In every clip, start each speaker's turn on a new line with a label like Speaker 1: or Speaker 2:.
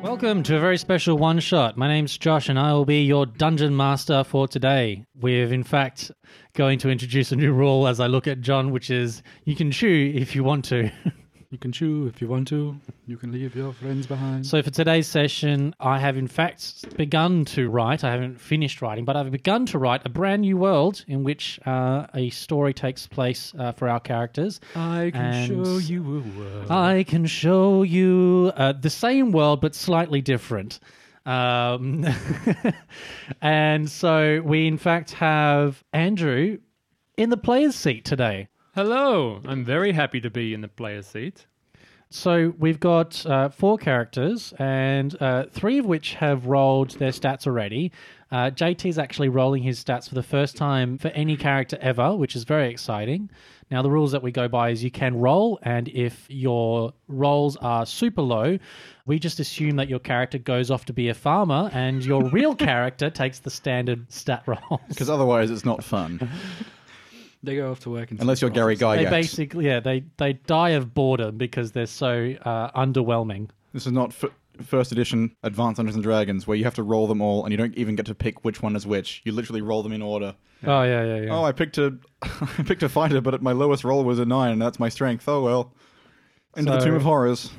Speaker 1: Welcome to a very special one shot. My name's Josh, and I will be your dungeon master for today. We're, in fact, going to introduce a new rule as I look at John, which is you can chew if you want to.
Speaker 2: You can chew if you want to. You can leave your friends behind.
Speaker 1: so, for today's session, I have, in fact, begun to write. I haven't finished writing, but I've begun to write a brand new world in which uh, a story takes place uh, for our characters.
Speaker 2: I can
Speaker 1: And-
Speaker 2: show you a world.
Speaker 1: I can show you uh, the same world, but slightly different. Um, and so we, in fact, have Andrew in the player's seat today.
Speaker 3: Hello, I'm very happy to be in the player seat.
Speaker 1: So we've got uh, four characters, and uh, three of which have rolled their stats already. Uh, JT's actually rolling his stats for the first time for any character ever, which is very exciting. Now, the rules that we go by is you can roll, and if your rolls are super low, we just assume that your character goes off to be a farmer, and your real character takes the standard stat rolls.
Speaker 4: Because otherwise, it's not fun.
Speaker 2: They go off to work and
Speaker 4: Unless you're Gary
Speaker 1: They
Speaker 4: Gygax.
Speaker 1: basically, yeah, they, they die of boredom because they're so uh, underwhelming.
Speaker 4: this is not f- first edition Advanced Dungeons and Dragons, where you have to roll them all, and you don't even get to pick which one is which. You literally roll them in order.
Speaker 1: Oh yeah, yeah, yeah.
Speaker 4: Oh, I picked a, I picked a fighter, but my lowest roll was a nine, and that's my strength. Oh well. Into the
Speaker 1: So-
Speaker 4: Tomb of Horrors.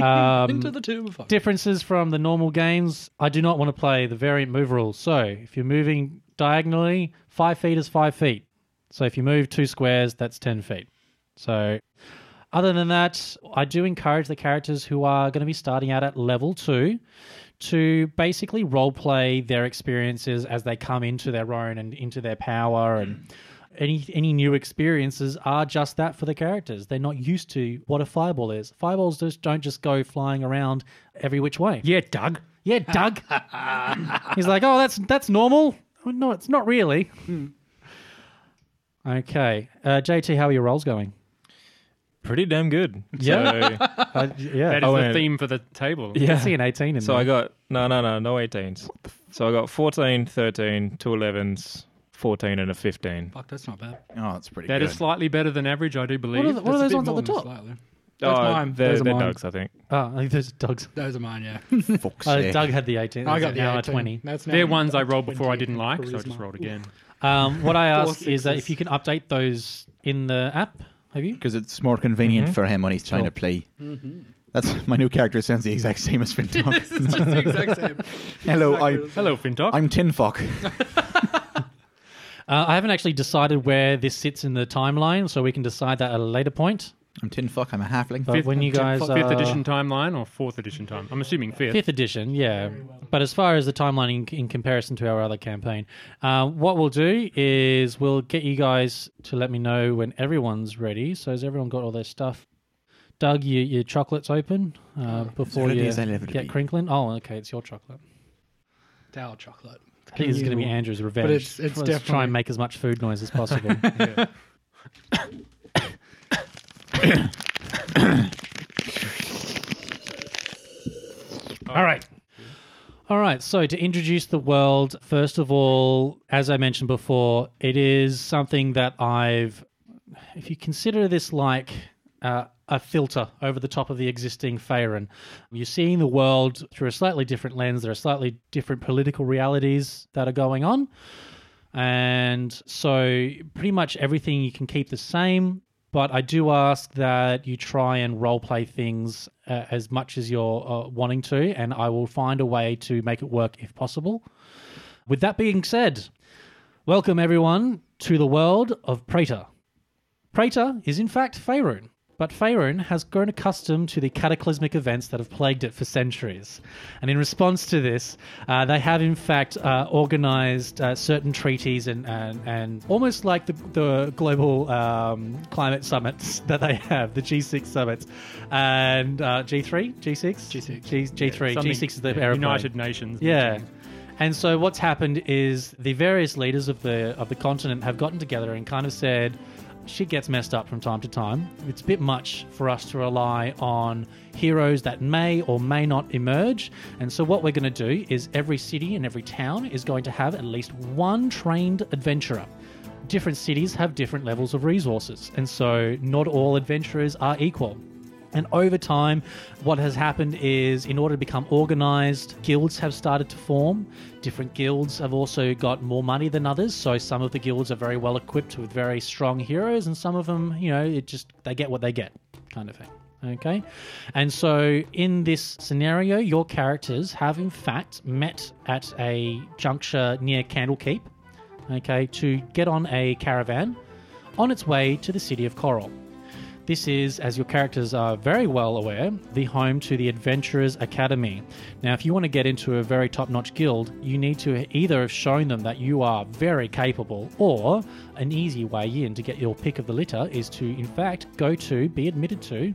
Speaker 1: Um,
Speaker 2: into the tomb. Of
Speaker 1: differences from the normal games, I do not want to play the variant move rule. So if you're moving diagonally, five feet is five feet. So if you move two squares, that's 10 feet. So other than that, I do encourage the characters who are going to be starting out at level two to basically role play their experiences as they come into their own and into their power and any any new experiences are just that for the characters. They're not used to what a fireball is. Fireballs just don't just go flying around every which way.
Speaker 3: Yeah, Doug.
Speaker 1: Yeah, Doug. He's like, oh, that's that's normal. Oh, no, it's not really. Okay, uh, JT, how are your rolls going?
Speaker 5: pretty damn good.
Speaker 1: Yeah.
Speaker 5: So,
Speaker 1: Uh, yeah,
Speaker 3: That is
Speaker 5: Oh,
Speaker 3: the
Speaker 5: and-
Speaker 3: theme for the table.
Speaker 1: I
Speaker 5: yeah.
Speaker 1: see an eighteen in
Speaker 5: So
Speaker 1: there.
Speaker 5: I got no, no, no, no 18s. So I got 14, 13, two 11s, 14, and a 15.
Speaker 2: Fuck, that's not bad.
Speaker 4: Oh, that's pretty
Speaker 3: That
Speaker 4: good.
Speaker 3: is slightly better than average, I do believe.
Speaker 1: what are, the, what are
Speaker 2: That's a
Speaker 1: those ones
Speaker 2: bit
Speaker 1: at
Speaker 2: more
Speaker 1: the
Speaker 2: than
Speaker 1: top?
Speaker 2: Slightly. That's
Speaker 5: Oh,
Speaker 2: mine.
Speaker 5: They're,
Speaker 2: Those are
Speaker 5: they're
Speaker 2: mine.
Speaker 5: Dogs, I think.
Speaker 1: Oh, I think those are Doug's.
Speaker 2: Those are mine. Yeah,
Speaker 4: Fuck's
Speaker 1: Uh,
Speaker 4: sake.
Speaker 1: Doug had the eighteen.
Speaker 2: I
Speaker 1: Is
Speaker 2: got
Speaker 1: it
Speaker 2: the
Speaker 1: now a
Speaker 2: 18.
Speaker 1: twenty.
Speaker 2: That's now
Speaker 3: They're ones I
Speaker 2: up to
Speaker 3: rolled before I
Speaker 2: 20
Speaker 3: didn't like, so I
Speaker 2: charisma.
Speaker 3: just rolled again.
Speaker 1: Um, what I
Speaker 2: Four
Speaker 1: ask is that if
Speaker 2: sixes.
Speaker 1: you can update those in the app, have you?
Speaker 4: Because it's more convenient for him when he's trying
Speaker 1: Mm-hmm. Sure. Mm-hmm.
Speaker 4: to play. That's my new character sounds the exact same as Fintok.
Speaker 2: It's just the exact same.
Speaker 4: Hello, I,
Speaker 3: Hello, Fintok.
Speaker 4: I'm Tinfock.
Speaker 1: Uh, I haven't actually decided where this sits in the timeline, so we can decide that at a later point.
Speaker 4: I'm Tinfock. I'm a halfling.
Speaker 1: But when you guys
Speaker 3: fifth
Speaker 1: uh,
Speaker 3: edition timeline or fourth edition time? I'm assuming fifth.
Speaker 1: fifth edition, yeah. But as far as the timeline in, in comparison to our other campaign, uh, what we'll do is we'll get you guys to let me know when everyone's ready. So has everyone got all their stuff? Doug, you, your chocolate's open uh, before
Speaker 4: ready
Speaker 1: you
Speaker 4: as I'll ever
Speaker 1: get
Speaker 4: be.
Speaker 1: crinkling. Oh, okay, it's your chocolate.
Speaker 2: Dow chocolate.
Speaker 1: I think this is going to be
Speaker 2: You-
Speaker 1: Andrew's revenge.
Speaker 2: it's- it's
Speaker 1: Let's try
Speaker 2: definitely-
Speaker 1: and make as much food noise as possible. all right. All right, so to introduce the world, first of all, as I mentioned before, it is something that I've if you consider this like uh, a filter over the top of the existing Faerun, you're seeing the world through a slightly different lens. There are slightly different political realities that are going on. And so, pretty much everything you can keep the same. But I do ask that you try and role play things uh, as much as you're uh, wanting to, and I will find a way to make it work if possible. With that being said, welcome everyone to the world of Praetor. Praetor is in fact Faerun, But Faerun has grown accustomed to the cataclysmic events that have plagued it for centuries. And in response to this, uh, they have in fact uh, organized uh, certain treaties and, and, and almost like the, the global um, climate summits that they have, the G6 summits. And uh, G3? G6? G6. G, G3.
Speaker 3: Something-
Speaker 1: G6 is the
Speaker 3: yeah,
Speaker 1: airplane.
Speaker 3: United Nations.
Speaker 1: Yeah. And so what's happened is the various leaders of the of the continent have gotten together and kind of said shit gets messed up from time to time. It's a bit much for us to rely on heroes that may or may not emerge. And so what we're going to do is every city and every town is going to have at least one trained adventurer. Different cities have different levels of resources, and so not all adventurers are equal. And over time, what has happened is, in order to become organized, guilds have started to form. Different guilds have also got more money than others. So some of the guilds are very well equipped with very strong heroes, and some of them, you know, it just, they get what they get, kind of thing. Okay. And so in this scenario, your characters have in fact met at a juncture near Candlekeep, okay, to get on a caravan on its way to the city of Coral. This is, as your characters are very well aware, the home to the Adventurers Academy. Now, if you want to get into a very top notch guild, you need to either have shown them that you are very capable, or an easy way in to get your pick of the litter is to, in fact, go to, be admitted to,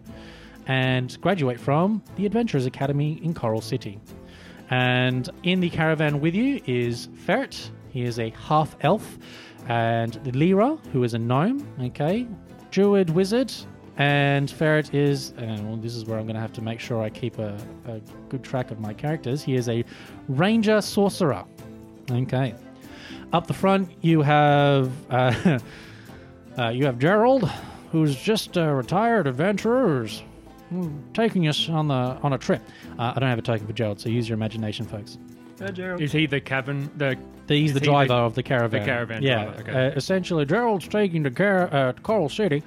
Speaker 1: and graduate from the Adventurers Academy in Coral City. And in the caravan with you is Ferret. He is a half elf. And Lyra, who is a gnome, okay. Druid wizard. And Ferret is, and well, this is where I'm going to have to make sure I keep a, a good track of my characters. He is a ranger sorcerer. Okay. Up the front, you have uh, uh, you have Gerald, who's just a retired adventurer who's hmm, taking us on the on a trip. Uh, I don't have a token for Gerald, so use your imagination, folks.
Speaker 3: Is he the cavern? The
Speaker 1: The- He's the
Speaker 3: Is he
Speaker 1: driver
Speaker 3: the-
Speaker 1: of the caravan.
Speaker 3: the caravan
Speaker 1: yeah.
Speaker 3: driver, okay.
Speaker 1: Uh, essentially, Gerald's taking to car- uh, to Coral City,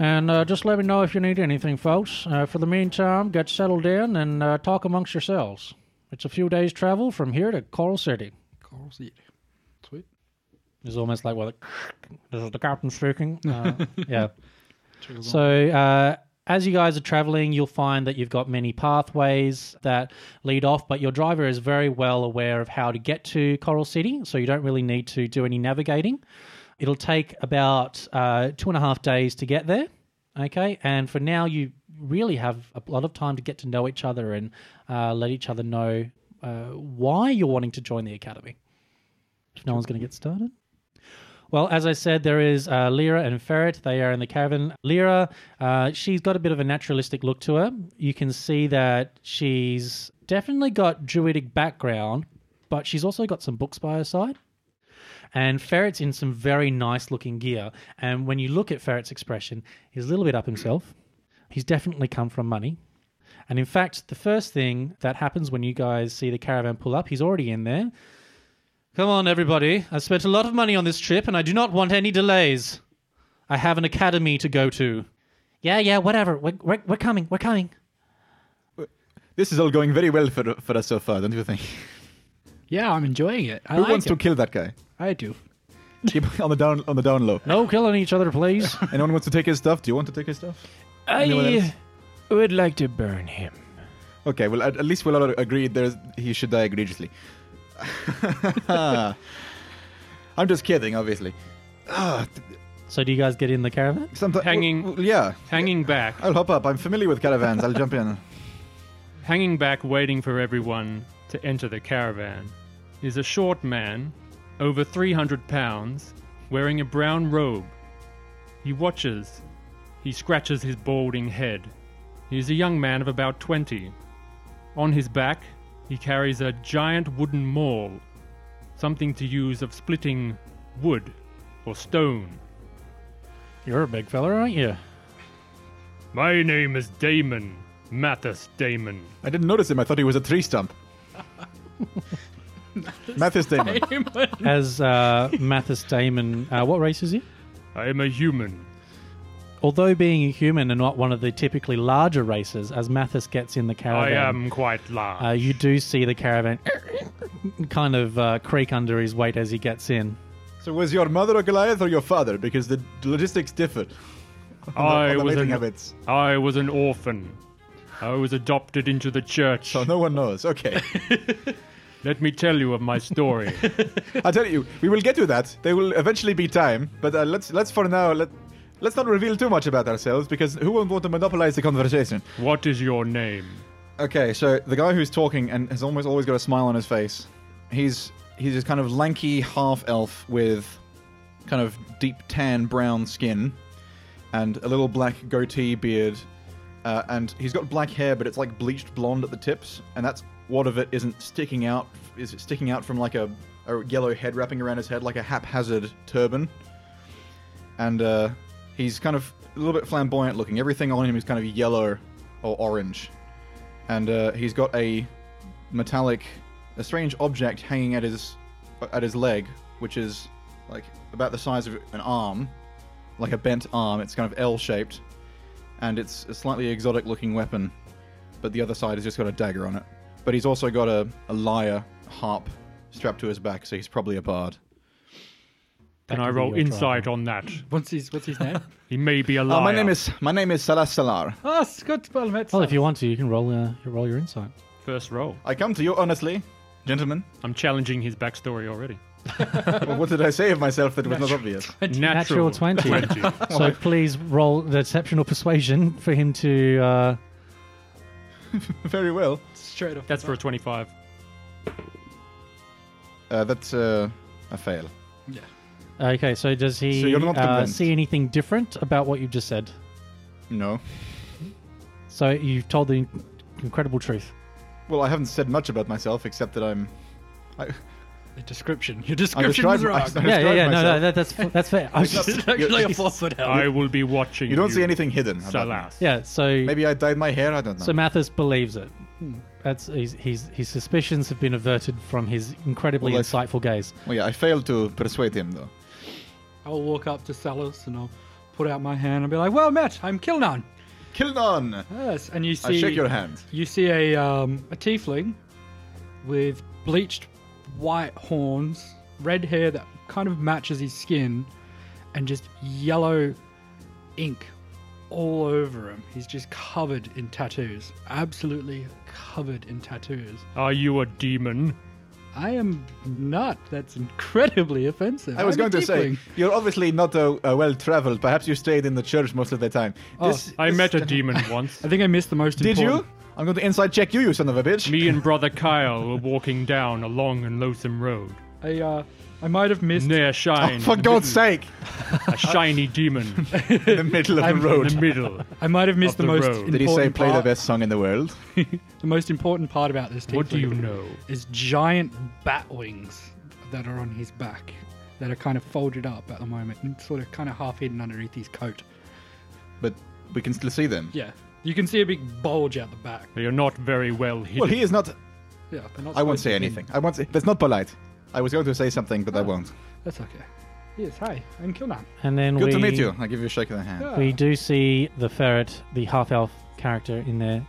Speaker 1: and uh, just let me know if you need anything, folks. Uh, for the meantime, get settled in and uh, talk amongst yourselves. It's a few days' travel from here to Coral City.
Speaker 2: Coral City. Sweet.
Speaker 1: It's almost like well, this is the captain speaking. Uh, yeah.
Speaker 2: Check us out.
Speaker 1: So uh, as you guys are traveling, you'll find that you've got many pathways that lead off, but your driver is very well aware of how to get to Coral City, so you don't really need to do any navigating. It'll take about uh, two and a half days to get there. Okay, and for now, you really have a lot of time to get to know each other and uh, let each other know uh, why you're wanting to join the academy. If no one's going to get started. Well, as I said, there is uh, Lyra and Ferret. They are in the cavern. Lyra, uh, she's got a bit of a naturalistic look to her. You can see that she's definitely got druidic background, but she's also got some books by her side. And Ferret's in some very nice looking gear. And when you look at Ferret's expression, he's a little bit up himself. He's definitely come from money. And in fact, the first thing that happens when you guys see the caravan pull up, he's already in there. Come on, everybody. I spent a lot of money on this trip, and I do not want any delays. I have an academy to go to. Yeah, yeah, whatever. We're, we're, we're coming. We're coming.
Speaker 4: This is all going very well for, for us so far, don't you think?
Speaker 2: Yeah, I'm enjoying it. I
Speaker 4: Who
Speaker 2: like
Speaker 4: wants
Speaker 2: it.
Speaker 4: to kill that guy?
Speaker 2: I do.
Speaker 4: Keep on the down on the down low.
Speaker 1: No killing each other, please.
Speaker 4: Anyone wants to take his stuff? Do you want to take his stuff? Anyone else?
Speaker 5: I would like to burn him.
Speaker 4: Okay, well at, at least we'll all agree there's he should die egregiously. I'm just kidding, obviously. Ah,
Speaker 1: so, do you guys get in the caravan?
Speaker 4: sometimes
Speaker 3: Hanging-
Speaker 4: yeah,
Speaker 3: hanging back,
Speaker 1: Oh,
Speaker 4: I'll hop up. I'm familiar with caravans. I'll jump in.
Speaker 3: hanging back, waiting for everyone to enter the caravan, is a short man, over 300 pounds, wearing a brown robe. He watches. He scratches his balding head. He is a young man of about 20. On his back, he carries a giant wooden maul, something to use of splitting wood or stone.
Speaker 1: You're a big fella, aren't you?
Speaker 3: My name is Damon, Mathis Damon.
Speaker 4: I didn't notice him. I thought he was a tree stump. Mathis Damon.
Speaker 1: As uh, Mathis Damon, uh, what race is he?
Speaker 3: I am a human.
Speaker 1: Although being a human and not one of the typically larger races, as Mathis gets in the
Speaker 3: I um,
Speaker 1: caravan,
Speaker 3: am quite large.
Speaker 1: Uh, you do see the caravan kind of uh, creak under his weight as he gets in.
Speaker 4: So was your mother a Goliath or your father? Because the logistics differed.
Speaker 3: I
Speaker 4: Other
Speaker 3: was
Speaker 4: mating
Speaker 3: an,
Speaker 4: habits.
Speaker 3: I was an orphan. I was adopted into the church.
Speaker 4: So no one knows. Okay.
Speaker 3: Let me tell you of my story.
Speaker 4: I tell you, we will get to that. There will eventually be time, but uh, let's let's for now let let's not reveal too much about ourselves because who won't want to monopolize the conversation?
Speaker 3: what is your name?
Speaker 4: Okay, so the guy who's talking and has almost always got a smile on his face. He's he's this kind of lanky half elf with kind of deep tan brown skin and a little black goatee beard. Uh, and he's got black hair, but it's like bleached blonde at the tips, and that's what of it isn't sticking out. Is it sticking out from like a, a yellow head wrapping around his head, like a haphazard turban? And uh, he's kind of a little bit flamboyant looking. Everything on him is kind of yellow or orange and uh, he's got a metallic, a strange object hanging at his at his leg, which is like about the size of an arm, like a bent arm. It's kind of L-shaped, and it's a slightly exotic-looking weapon, but the other side has just got a dagger on it. But he's also got a, a lyre harp strapped to his back, so he's probably a bard.
Speaker 1: That
Speaker 3: Can I
Speaker 1: could be
Speaker 3: roll
Speaker 1: your
Speaker 3: insight
Speaker 1: driver.
Speaker 3: on that?
Speaker 2: What's his What's his name?
Speaker 3: He may be a liar.
Speaker 4: Uh, my name is my name is Salah Salar.
Speaker 2: Ah, Scott Palmetto.
Speaker 1: Well, if you want to, you can roll uh, you roll your insight.
Speaker 3: First roll.
Speaker 4: I come to you honestly, gentlemen.
Speaker 3: I'm challenging his backstory already.
Speaker 4: Well, what did I say of myself that was not obvious?
Speaker 3: Natural,
Speaker 1: Natural 20.
Speaker 3: 20.
Speaker 1: So please roll deception or persuasion for him to. Uh,
Speaker 4: Very well.
Speaker 2: straight off.
Speaker 3: That's
Speaker 2: the
Speaker 3: for a 25.
Speaker 4: Uh, that's uh, a fail.
Speaker 1: uh, okay, so does he
Speaker 4: So you're not
Speaker 1: uh,
Speaker 4: convinced.
Speaker 1: see anything different about what you've just said?
Speaker 4: No.
Speaker 1: So you've told the incredible truth.
Speaker 4: Well, I haven't said much about myself except that I'm. I,
Speaker 2: bat. The description. Your
Speaker 4: I
Speaker 2: description
Speaker 4: described
Speaker 2: was
Speaker 4: my- I
Speaker 2: wrong.
Speaker 4: described
Speaker 1: Yeah, yeah, yeah. No, no,
Speaker 4: myself.
Speaker 1: that, that's that's fair. I was just,
Speaker 2: It's actually a four foot
Speaker 3: I
Speaker 2: elf.
Speaker 3: will be watching.
Speaker 4: You don't see anything hidden. about me.
Speaker 3: Salas.
Speaker 1: yeah. So
Speaker 4: Maybe Hmm. I dyed my hair. I don't know.
Speaker 1: so Mathis believes it. That's he's, he's, his suspicions have been averted from his incredibly
Speaker 4: Well, that's-
Speaker 1: insightful gaze.
Speaker 4: well, Oh, yeah, I failed to persuade him though.
Speaker 2: I'll walk up to Salas and I'll put out my hand and be like, "Well, Matt, I'm Kilnan."
Speaker 4: Kilnon,
Speaker 2: Yes, and you see.
Speaker 4: I shake your hand.
Speaker 2: You see a um, a tiefling with bleached white horns, red hair that kind of matches his skin, and just yellow ink all over him. He's just covered in tattoos, absolutely covered in tattoos.
Speaker 3: Are you a demon?
Speaker 2: I am not. That's incredibly offensive.
Speaker 4: I was
Speaker 2: I'm a
Speaker 4: going to say
Speaker 2: tiefling.
Speaker 4: you're obviously not uh, uh, well traveled. Perhaps you stayed in the church most of the time. This,
Speaker 3: I
Speaker 4: this-
Speaker 3: met a demon once.
Speaker 2: I think I missed the most.
Speaker 4: Did you?
Speaker 2: important-
Speaker 4: I'm going to inside check you, you son of a bitch.
Speaker 3: Me and brother Kyle were walking down a long and loathsome road.
Speaker 2: I uh, I might have missed.
Speaker 3: There shines
Speaker 4: Oh, For God's sake!
Speaker 3: a shiny demon
Speaker 4: In the middle of the
Speaker 2: I'm-
Speaker 3: in
Speaker 4: road.
Speaker 3: the middle.
Speaker 2: I might have missed the,
Speaker 3: Up the
Speaker 2: most.
Speaker 3: road.
Speaker 2: Important
Speaker 4: Did he say play the
Speaker 2: part-
Speaker 4: best song in the world?
Speaker 2: The most important part about this. Tiefling
Speaker 3: What do you know?
Speaker 2: is giant bat wings that are on his back that are kind of folded up at the moment and sort of kind of half hidden underneath his coat.
Speaker 4: But we can still see them.
Speaker 2: Yeah. You can see a big bulge out the back.
Speaker 3: You're not very well hidden.
Speaker 4: Well, he is not.
Speaker 2: Yeah, they're not
Speaker 4: I won't
Speaker 2: supposed
Speaker 4: say
Speaker 2: to be-
Speaker 4: anything. I won't say. That's not polite. I was going to say something, but I won't.
Speaker 2: That's okay. Yes, hi, I'm Kilnan.
Speaker 1: And then
Speaker 4: Good
Speaker 1: we,
Speaker 4: to meet you. I give you a shake of the hand.
Speaker 2: Yeah.
Speaker 1: We do see the ferret, the half elf character in there.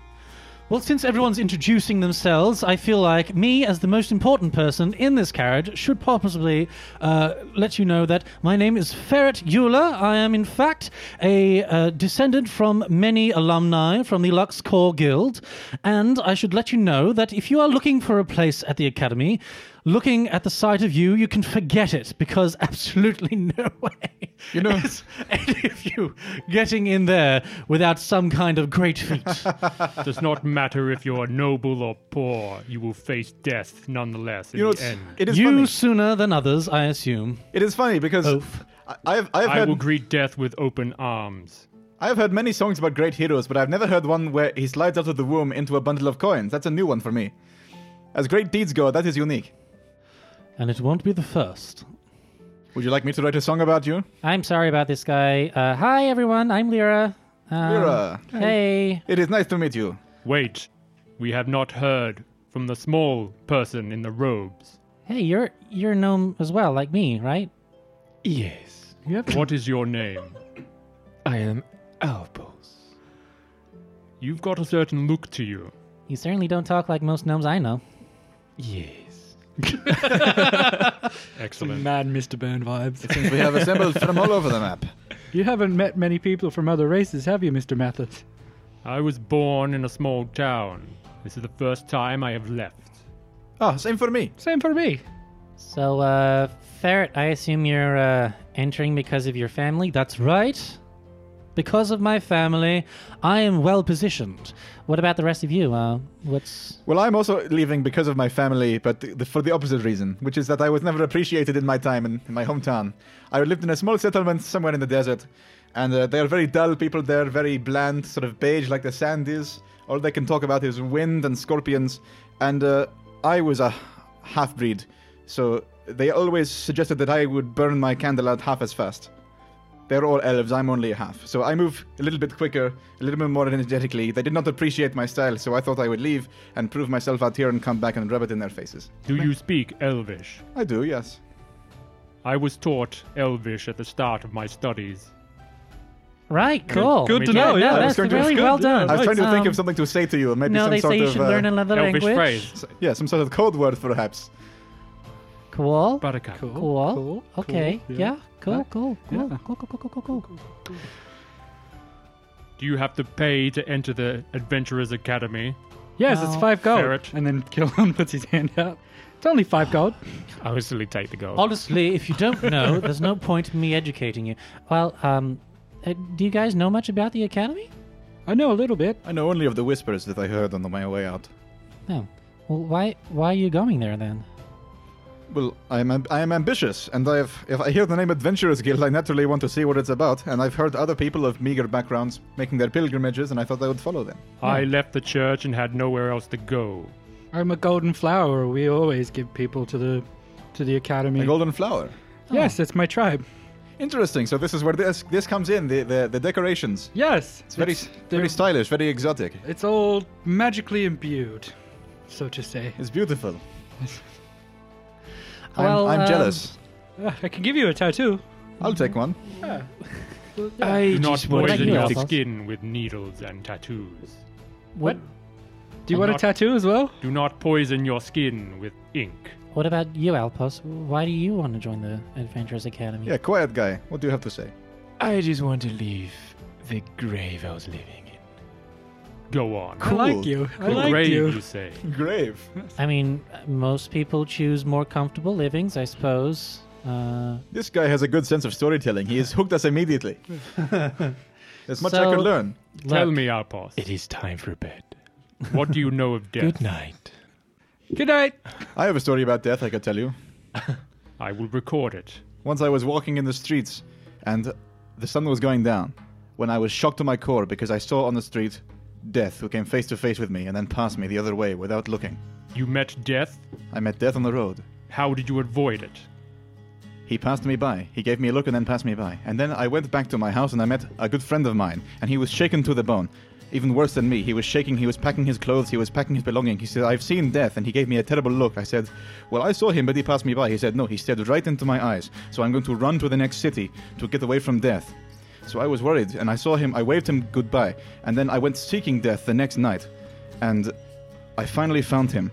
Speaker 1: Well, since everyone's introducing themselves, I feel like me, as the most important person in this carriage, should possibly uh, let you know that my name is Ferret Euler. I am, in fact, a uh, descendant from many alumni from the Lux Core Guild. And I should let you know that if you are looking for a place at the Academy, looking at the sight of you, you can forget it because absolutely no way.
Speaker 4: You know-
Speaker 1: is any of you getting in there without some kind of great feat.
Speaker 3: does not matter if you're noble or poor. You will face death nonetheless in
Speaker 4: You
Speaker 3: the
Speaker 4: know, it's,
Speaker 3: end.
Speaker 4: it is
Speaker 1: you
Speaker 4: funny.
Speaker 1: sooner than others, I assume.
Speaker 4: It is funny because
Speaker 1: Oaf.
Speaker 4: I- I've I've
Speaker 3: I
Speaker 4: heard
Speaker 3: will greet death with open arms.
Speaker 4: I've heard many songs about great heroes, but I've never heard one where he slides out of the womb into a bundle of coins. That's a new one for me. As great deeds go, that is unique.
Speaker 1: And it won't be the first.
Speaker 4: Would you like me to write a song about you?
Speaker 1: I'm sorry about this guy. Uh, hi, everyone. I'm Lyra. Um,
Speaker 4: Lyra.
Speaker 1: Hey.
Speaker 4: It is nice to meet you.
Speaker 3: Wait, we have not heard from the small person in the robes.
Speaker 1: Hey, you're you're a gnome as well, like me, right?
Speaker 5: Yes,
Speaker 3: What is your name?
Speaker 5: I am Albus.
Speaker 3: You've got a certain look to you.
Speaker 1: You certainly don't talk like most gnomes I know.
Speaker 5: Yes.
Speaker 3: Excellent.
Speaker 2: Mad Mr. Burn vibes.
Speaker 4: Since we have assembled from all over the map.
Speaker 2: You haven't met many people from other races, have you, Mr. Mathis?
Speaker 3: I was born in a small town. This is the first time I have left.
Speaker 4: Ah, same for me.
Speaker 2: Same for me.
Speaker 1: So, uh, Ferret, I assume you're uh, entering because of your family? That's right. Because of my family, I am well positioned. What about the rest of you? Uh, what's.
Speaker 4: Well, I'm also leaving because of my family, but the, for the opposite reason, which is that I was never appreciated in my time in, in my hometown. I lived in a small settlement somewhere in the desert, and uh, they are very dull people there, very bland, sort of beige like the sand is. All they can talk about is wind and scorpions, and uh, I was a half breed, so they always suggested that I would burn my candle out half as fast. They're all elves, I'm only a half. So I move a little bit quicker, a little bit more energetically. They did not appreciate my style, so I thought I would leave and prove myself out here and come back and rub it in their faces.
Speaker 3: Do you speak Elvish?
Speaker 4: I do, yes.
Speaker 3: I was taught Elvish at the start of my studies.
Speaker 1: Right, cool.
Speaker 5: Good to
Speaker 1: Yeah,
Speaker 5: know,
Speaker 1: no,
Speaker 5: yeah.
Speaker 1: that's
Speaker 4: It's going to be
Speaker 1: really
Speaker 5: good,
Speaker 1: well
Speaker 5: yeah.
Speaker 1: done.
Speaker 4: I was trying to think
Speaker 1: Um,
Speaker 4: of something to say to you, maybe
Speaker 1: No,
Speaker 4: some
Speaker 1: they
Speaker 4: sort
Speaker 1: say you
Speaker 4: of
Speaker 1: should
Speaker 4: uh,
Speaker 1: learn another
Speaker 3: Elvish
Speaker 1: language.
Speaker 3: phrase.
Speaker 4: s- yeah, some sort of code word perhaps.
Speaker 1: Cool.
Speaker 3: Buttercup.
Speaker 1: Cool. Okay. yeah. Cool, cool, cool,
Speaker 2: Yeah.
Speaker 1: cool, cool, cool, cool, cool, cool.
Speaker 3: Do you have to pay to enter the Adventurers Academy?
Speaker 2: Yes, it's
Speaker 1: Well,
Speaker 2: five gold.
Speaker 3: ferret.
Speaker 2: And then Killan puts his hand out. It's only five gold.
Speaker 5: I would still take the gold.
Speaker 1: Honestly, if you don't know, there's no point in me educating you. Well, um, uh, do you guys know much about the academy?
Speaker 2: I know a little bit.
Speaker 4: I know only of the whispers that I heard on my way out.
Speaker 1: No. Well, why why are you going there then?
Speaker 4: Well, I am, I am ambitious, and I've, if I hear the name Adventurers Guild, I naturally want to see what it's about, and I've heard other people of meager backgrounds making their pilgrimages, and I thought I would follow them.
Speaker 3: I left the church and had nowhere else to go.
Speaker 2: I'm a golden flower. We always give people to the to the academy.
Speaker 4: A golden flower.
Speaker 2: yes, it's my tribe.
Speaker 4: Interesting. So this is where this this comes in. The the, the decorations.
Speaker 2: Yes,
Speaker 4: It's very
Speaker 2: they're-
Speaker 4: very stylish, very exotic.
Speaker 2: It's all magically imbued, so to say.
Speaker 4: It's beautiful. I'm,
Speaker 1: Well,
Speaker 4: I'm
Speaker 1: um,
Speaker 4: jealous.
Speaker 2: Ah, I can give you a tattoo.
Speaker 4: I'll take one.
Speaker 1: I
Speaker 3: Do not
Speaker 1: just wanted
Speaker 3: poison
Speaker 1: to
Speaker 3: your
Speaker 1: know.
Speaker 3: skin with needles and tattoos.
Speaker 1: What
Speaker 2: Do you
Speaker 3: I'm
Speaker 2: want
Speaker 3: not-
Speaker 2: a tattoo as well?
Speaker 3: Do not poison your skin with ink.
Speaker 1: What about you, Alpos? Why do you want to join the Adventurers Academy?
Speaker 4: Yeah, quiet guy. What do you have to say?
Speaker 5: I just want to leave the grave I was living in.
Speaker 3: Go on.
Speaker 2: I like
Speaker 4: Cool.
Speaker 2: you. I
Speaker 3: The
Speaker 2: like
Speaker 3: grave,
Speaker 2: you.
Speaker 3: you say.
Speaker 4: Grave.
Speaker 1: I mean, most people choose more comfortable livings, I suppose. Uh,
Speaker 4: This guy has a good sense of storytelling. He has hooked us immediately. There's much I
Speaker 1: So-
Speaker 4: could learn.
Speaker 3: Tell
Speaker 1: look,
Speaker 3: me, Alpos,
Speaker 5: It is time for bed.
Speaker 3: what do you know of death?
Speaker 5: Good night.
Speaker 2: Good night.
Speaker 4: I have a story about death I could tell you.
Speaker 3: I will record it.
Speaker 4: Once I was walking in the streets and the sun was going down when I was shocked to my core because I saw on the street Death, who came face to face with me and then passed me the other way without looking.
Speaker 3: You met death.
Speaker 4: I met Death on the road.
Speaker 3: How did you avoid it?
Speaker 4: He passed me by. He gave me a look and then passed me by. And then I went back to my house and I met a good friend of mine, and he was shaken to the bone. Even worse than me, he was shaking, he was packing his clothes, he was packing his belongings. He said, I've seen death, and he gave me a terrible look. I said, Well, I saw him, but he passed me by. He said, No, he stared right into my eyes, so I'm going to run to the next city to get away from death. So I was worried, and I saw him, I waved him goodbye, and then I went seeking death the next night, and I finally found him.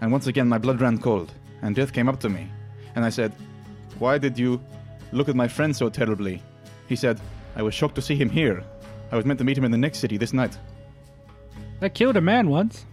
Speaker 4: And once again, my blood ran cold, and death came up to me, and I said, why did you look at my friend so terribly? He said, I was shocked to see him here. I was meant to meet him in the next city this night.
Speaker 2: I killed a man once.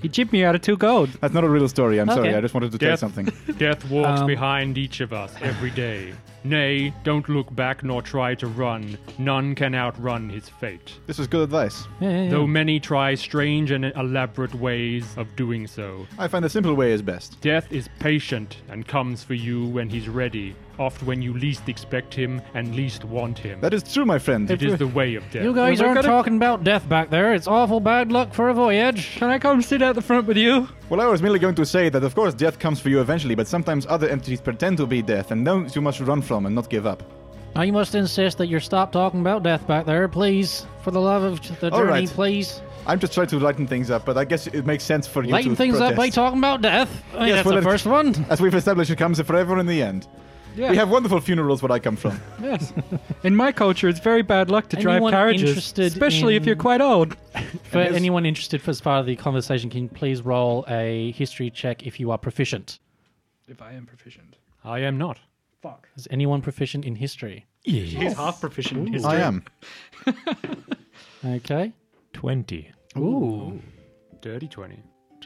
Speaker 2: He chipped me out of two gold.
Speaker 4: That's not a real story, I'm sorry.
Speaker 1: Okay.
Speaker 4: I just wanted to tell
Speaker 3: Death,
Speaker 4: something.
Speaker 3: death walks
Speaker 1: Um,
Speaker 3: behind each of us every day. Nay, don't look back nor try to run. None can outrun his fate.
Speaker 4: This is good advice.
Speaker 1: yeah, yeah, yeah.
Speaker 3: Though many try strange and elaborate ways of doing so,
Speaker 4: I find the simple way is best.
Speaker 3: death is patient and comes for you when he's ready, oft when you least expect him and least want him.
Speaker 4: That is true, my friend.
Speaker 3: it is the way of death.
Speaker 1: You guys
Speaker 2: Well, they're
Speaker 1: aren't
Speaker 2: gonna-
Speaker 1: talking about death back there. It's awful bad luck for a voyage.
Speaker 2: Can I come sit out the front with you?
Speaker 4: Well, I was merely going to say that, of course, death comes for you eventually, but sometimes other entities pretend to be death, and those you must run from and not give up.
Speaker 1: Now you must insist that you stop talking about death back there, please. For the love of the
Speaker 4: All
Speaker 1: journey,
Speaker 4: right.
Speaker 1: please.
Speaker 4: I'm just trying to lighten things up, but I guess it makes sense for you
Speaker 1: Lighten
Speaker 4: to
Speaker 1: things up by
Speaker 4: protest.
Speaker 1: talking about death. I mean,
Speaker 4: Yes,
Speaker 1: that's
Speaker 4: well,
Speaker 1: the
Speaker 4: it-
Speaker 1: first one.
Speaker 4: As we've established, it comes forever in the end.
Speaker 2: Yeah.
Speaker 4: We have wonderful funerals where I come from.
Speaker 2: yes. In my culture, it's very bad luck to drive
Speaker 1: Anyone
Speaker 2: carriages,
Speaker 1: interested
Speaker 2: especially if
Speaker 1: in-
Speaker 2: you're quite old.
Speaker 1: For
Speaker 4: And is-
Speaker 1: anyone interested as part of the conversation, can you please roll a history check if you are proficient?
Speaker 2: If I am proficient.
Speaker 3: I am not.
Speaker 2: Fuck.
Speaker 1: Is anyone proficient in history?
Speaker 2: He's half proficient in history.
Speaker 4: I am.
Speaker 1: Okay.
Speaker 5: 20.
Speaker 1: Ooh.
Speaker 3: Dirty 20.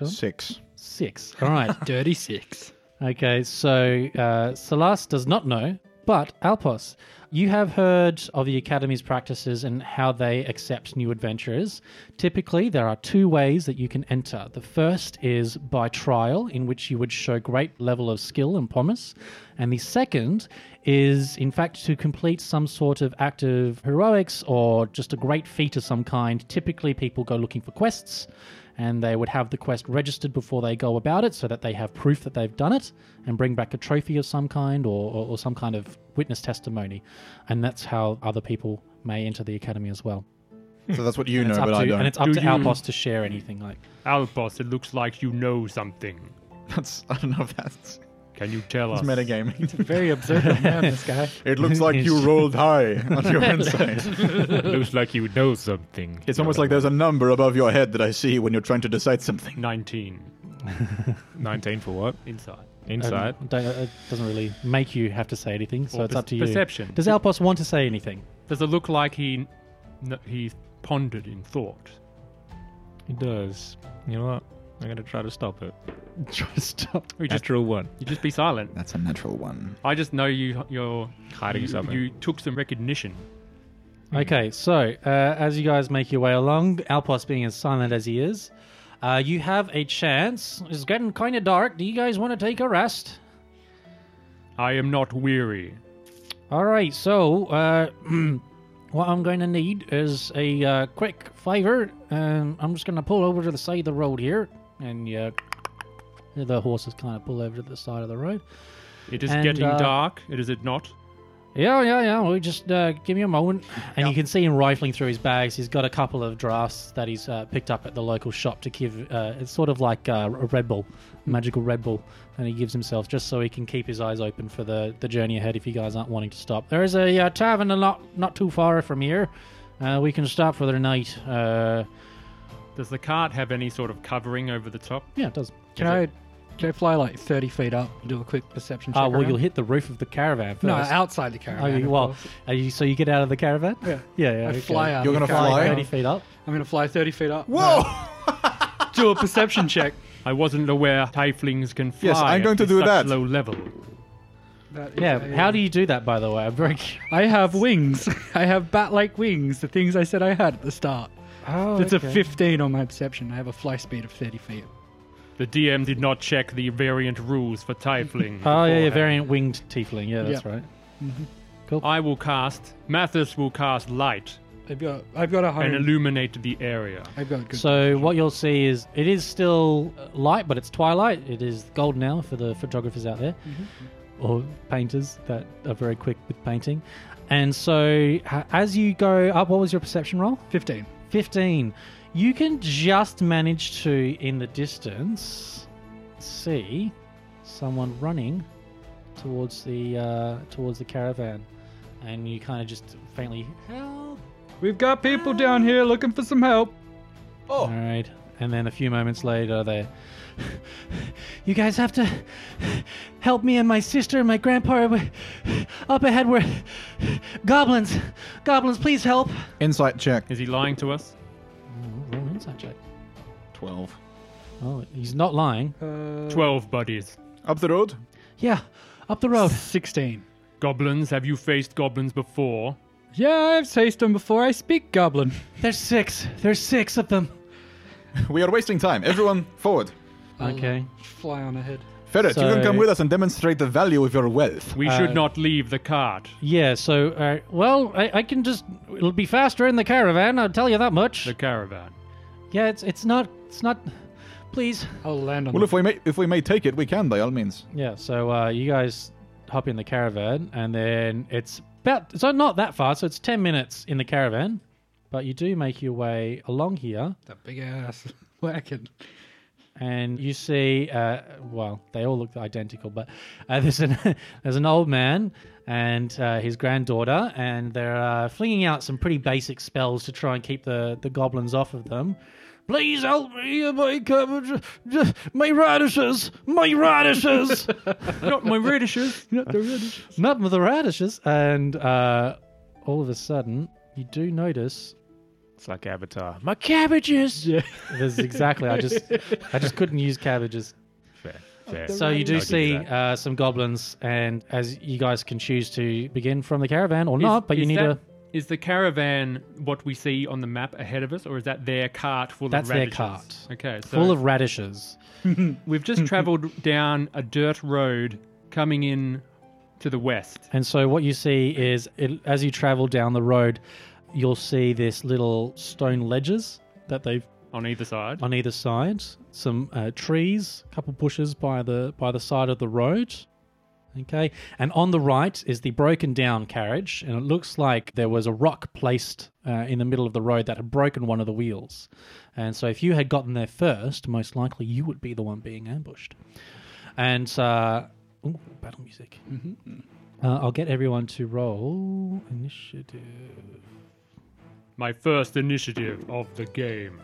Speaker 4: Six.
Speaker 1: Six. All right.
Speaker 2: Dirty six.
Speaker 1: Okay, so uh, Salas does not know, but Alpos, you have heard of the Academy's practices and how they accept new adventurers. Typically, there are two ways that you can enter. The first is by trial, in which you would show great level of skill and promise. And the second is, in fact, to complete some sort of act of heroics or just a great feat of some kind. Typically, people go looking for quests and they would have the quest registered before they go about it so that they have proof that they've done it and bring back a trophy of some kind or, or, or some kind of witness testimony. And that's how other people may enter the academy as well.
Speaker 4: So that's what you
Speaker 1: And
Speaker 4: know,
Speaker 1: it's up
Speaker 4: but
Speaker 1: to,
Speaker 4: I
Speaker 1: And it's
Speaker 4: don't.
Speaker 1: up
Speaker 3: Do
Speaker 1: to
Speaker 3: you-
Speaker 1: Alpos to share anything. Like,
Speaker 3: Alpos, it looks like you know something.
Speaker 4: That's I don't know if that's
Speaker 3: Can you tell us?
Speaker 4: it's metagaming.
Speaker 2: Very observant man, this guy.
Speaker 4: It looks like you rolled high on your insight.
Speaker 5: Looks like you know something.
Speaker 4: It's almost like there's a number above your head that I see when you're trying to decide something.
Speaker 3: 19.
Speaker 5: 19 for what?
Speaker 3: Inside.
Speaker 5: Inside.
Speaker 1: um, don't, it doesn't really make you have to say anything, so
Speaker 3: Or
Speaker 1: it's
Speaker 3: per-
Speaker 1: up to you.
Speaker 3: perception.
Speaker 1: Does Alpos want to say anything?
Speaker 3: Does it look like he no, he pondered in thought?
Speaker 5: It does. You know what? I'm going to try to stop it.
Speaker 1: Try to stop.
Speaker 3: Or you just
Speaker 5: Natural one.
Speaker 3: you just be silent.
Speaker 4: That's a natural one.
Speaker 3: I just know you you're
Speaker 5: Hiding
Speaker 3: you,
Speaker 5: something.
Speaker 3: you took some recognition.
Speaker 1: Okay, so uh, as you guys make your way along, Alpos being as silent as he is, uh, you have a chance. It's getting kind of dark. Do you guys want to take a rest?
Speaker 3: I am not weary.
Speaker 1: All right, so uh, what I'm going to need is a uh, quick fiver. Um, I'm just going to pull over to the side of the road here, and yeah, the horses kind of pull over to the side of the road.
Speaker 3: It is
Speaker 1: And,
Speaker 3: getting
Speaker 1: uh,
Speaker 3: dark. It is it not?
Speaker 1: Yeah, yeah, yeah. Well, just uh, give me a moment. And you can see him rifling through his bags. He's got a couple of drafts that he's uh, picked up at the local shop to give. Uh, it's sort of like uh, a Red Bull, a magical Red Bull, and he gives himself just so he can keep his eyes open for the, the journey ahead if you guys aren't wanting to stop. There is a uh, tavern a lot, not too far from here. Uh, we can stop for the night. Uh,
Speaker 3: Does the cart have any sort of covering over the top?
Speaker 1: yeah, it does.
Speaker 2: Can I, can I fly like 30 feet up and do a quick perception check?
Speaker 1: Uh, well,
Speaker 2: around?
Speaker 1: you'll hit the roof of the caravan first.
Speaker 2: No, outside the caravan.
Speaker 1: Oh, you-
Speaker 2: of
Speaker 1: well,
Speaker 2: course.
Speaker 1: are you, so you get out of the caravan?
Speaker 2: Yeah.
Speaker 1: Yeah, yeah.
Speaker 2: I
Speaker 1: okay.
Speaker 2: fly out.
Speaker 4: You're
Speaker 2: of the
Speaker 4: gonna fly?
Speaker 2: caravan.
Speaker 1: 30 feet up.
Speaker 2: I'm going to fly 30 feet up.
Speaker 4: Whoa!
Speaker 2: Uh, do a perception check.
Speaker 3: I wasn't aware tieflings can fly.
Speaker 4: Yes, I'm
Speaker 3: at
Speaker 4: going to do
Speaker 3: such
Speaker 4: that.
Speaker 3: Low level.
Speaker 2: That is
Speaker 1: Yeah,
Speaker 2: a-
Speaker 1: how do you do that, by the way? I'm very curious.
Speaker 2: I have wings. I have bat-like wings, the things I said I had at the start.
Speaker 1: Oh,
Speaker 2: That's a 15 on my perception. I have a fly speed of 30 feet.
Speaker 3: The DM did not check the variant rules for tiefling.
Speaker 1: Oh yeah, yeah,
Speaker 3: beforehand.
Speaker 1: variant winged tiefling. Yeah, that's
Speaker 2: Yeah.
Speaker 1: right.
Speaker 3: I will cast. Mathis will cast light
Speaker 2: I've got, I've got a
Speaker 3: and
Speaker 2: 100.
Speaker 3: illuminate the area.
Speaker 2: I've got good.
Speaker 1: So what you'll see is it is still uh, light, but it's twilight. It is golden hour for the photographers out there, or painters that are very quick with painting. And so ha- as you go up, what was your perception roll?
Speaker 2: 15.
Speaker 1: 15. You can just manage to, in the distance, see someone running towards the uh, towards the caravan, and you kind of just faintly help.
Speaker 2: We've got people down here looking for some help.
Speaker 1: All right, and then a few moments later, they. You guys have to help me and my sister and my grandpa. We're- Up ahead, we're goblins. Goblins, please help.
Speaker 4: Insight check.
Speaker 3: Is he lying to us?
Speaker 1: Uh, Roll an insight check.
Speaker 4: Twelve.
Speaker 1: Oh, he's not lying.
Speaker 2: Uh,
Speaker 3: Twelve buddies.
Speaker 4: Up the road.
Speaker 1: Yeah, up the road.
Speaker 2: 16.
Speaker 3: Goblins. Have you faced goblins before?
Speaker 2: Yeah, I've tasted them before. I speak goblin.
Speaker 1: There's six. There's six of them.
Speaker 4: We are wasting time. Everyone forward.
Speaker 1: Okay.
Speaker 2: Fly on ahead.
Speaker 4: Ferret, you
Speaker 1: So-
Speaker 4: can come with us and demonstrate the value of your wealth.
Speaker 3: We
Speaker 1: Uh,
Speaker 3: should not leave the cart.
Speaker 1: Yeah. So, uh, well, I, I can just. It'll be faster in the caravan. I'll tell you that much.
Speaker 3: The caravan.
Speaker 1: yeah. It's it's not it's not. Please.
Speaker 2: I'll land on
Speaker 4: Well,
Speaker 2: them.
Speaker 4: if we may, if we may take it, we can by all means.
Speaker 1: Yeah. So uh, you guys hop in the caravan, and then it's about so not that far. So it's ten minutes in the caravan, but you do make your way along here,
Speaker 2: That big ass. Whacking.
Speaker 1: and you see. Uh, well, they all look identical, but uh, there's an there's an old man and uh, his granddaughter, and they're uh, flinging out some pretty basic spells to try and keep the the goblins off of them. Please help me and my cabbage, my radishes, my radishes.
Speaker 3: Not my radishes.
Speaker 1: Not with the radishes. And uh, all of a sudden, you do notice
Speaker 5: It's like Avatar. My cabbages.
Speaker 2: Yeah.
Speaker 1: This is exactly. I just I just couldn't use cabbages.
Speaker 5: Fair. Fair.
Speaker 1: So you do
Speaker 5: I'll give you
Speaker 1: see
Speaker 5: that.
Speaker 1: uh, some goblins, and as you guys can choose to begin from the caravan or not, but you
Speaker 3: is
Speaker 1: need
Speaker 3: that-
Speaker 1: a
Speaker 3: Is the caravan what we see on the map ahead of us, or is that their cart full
Speaker 1: That's
Speaker 3: of
Speaker 1: their
Speaker 3: radishes?
Speaker 1: cart.
Speaker 3: Okay, so
Speaker 1: full of radishes.
Speaker 3: we've just travelled down a dirt road coming in to the west.
Speaker 1: And so what you see is, it, as you travel down the road, you'll see this little stone ledges that they've
Speaker 3: on either side.
Speaker 1: on either side, some uh, trees, a couple bushes by the by the side of the road. Okay, and on the right is the broken down carriage, and it looks like there was a rock placed uh, in the middle of the road that had broken one of the wheels. And so, if you had gotten there first, most likely you would be the one being ambushed. And uh, ooh, battle music. Uh, I'll get everyone to roll initiative.
Speaker 3: My first initiative of the game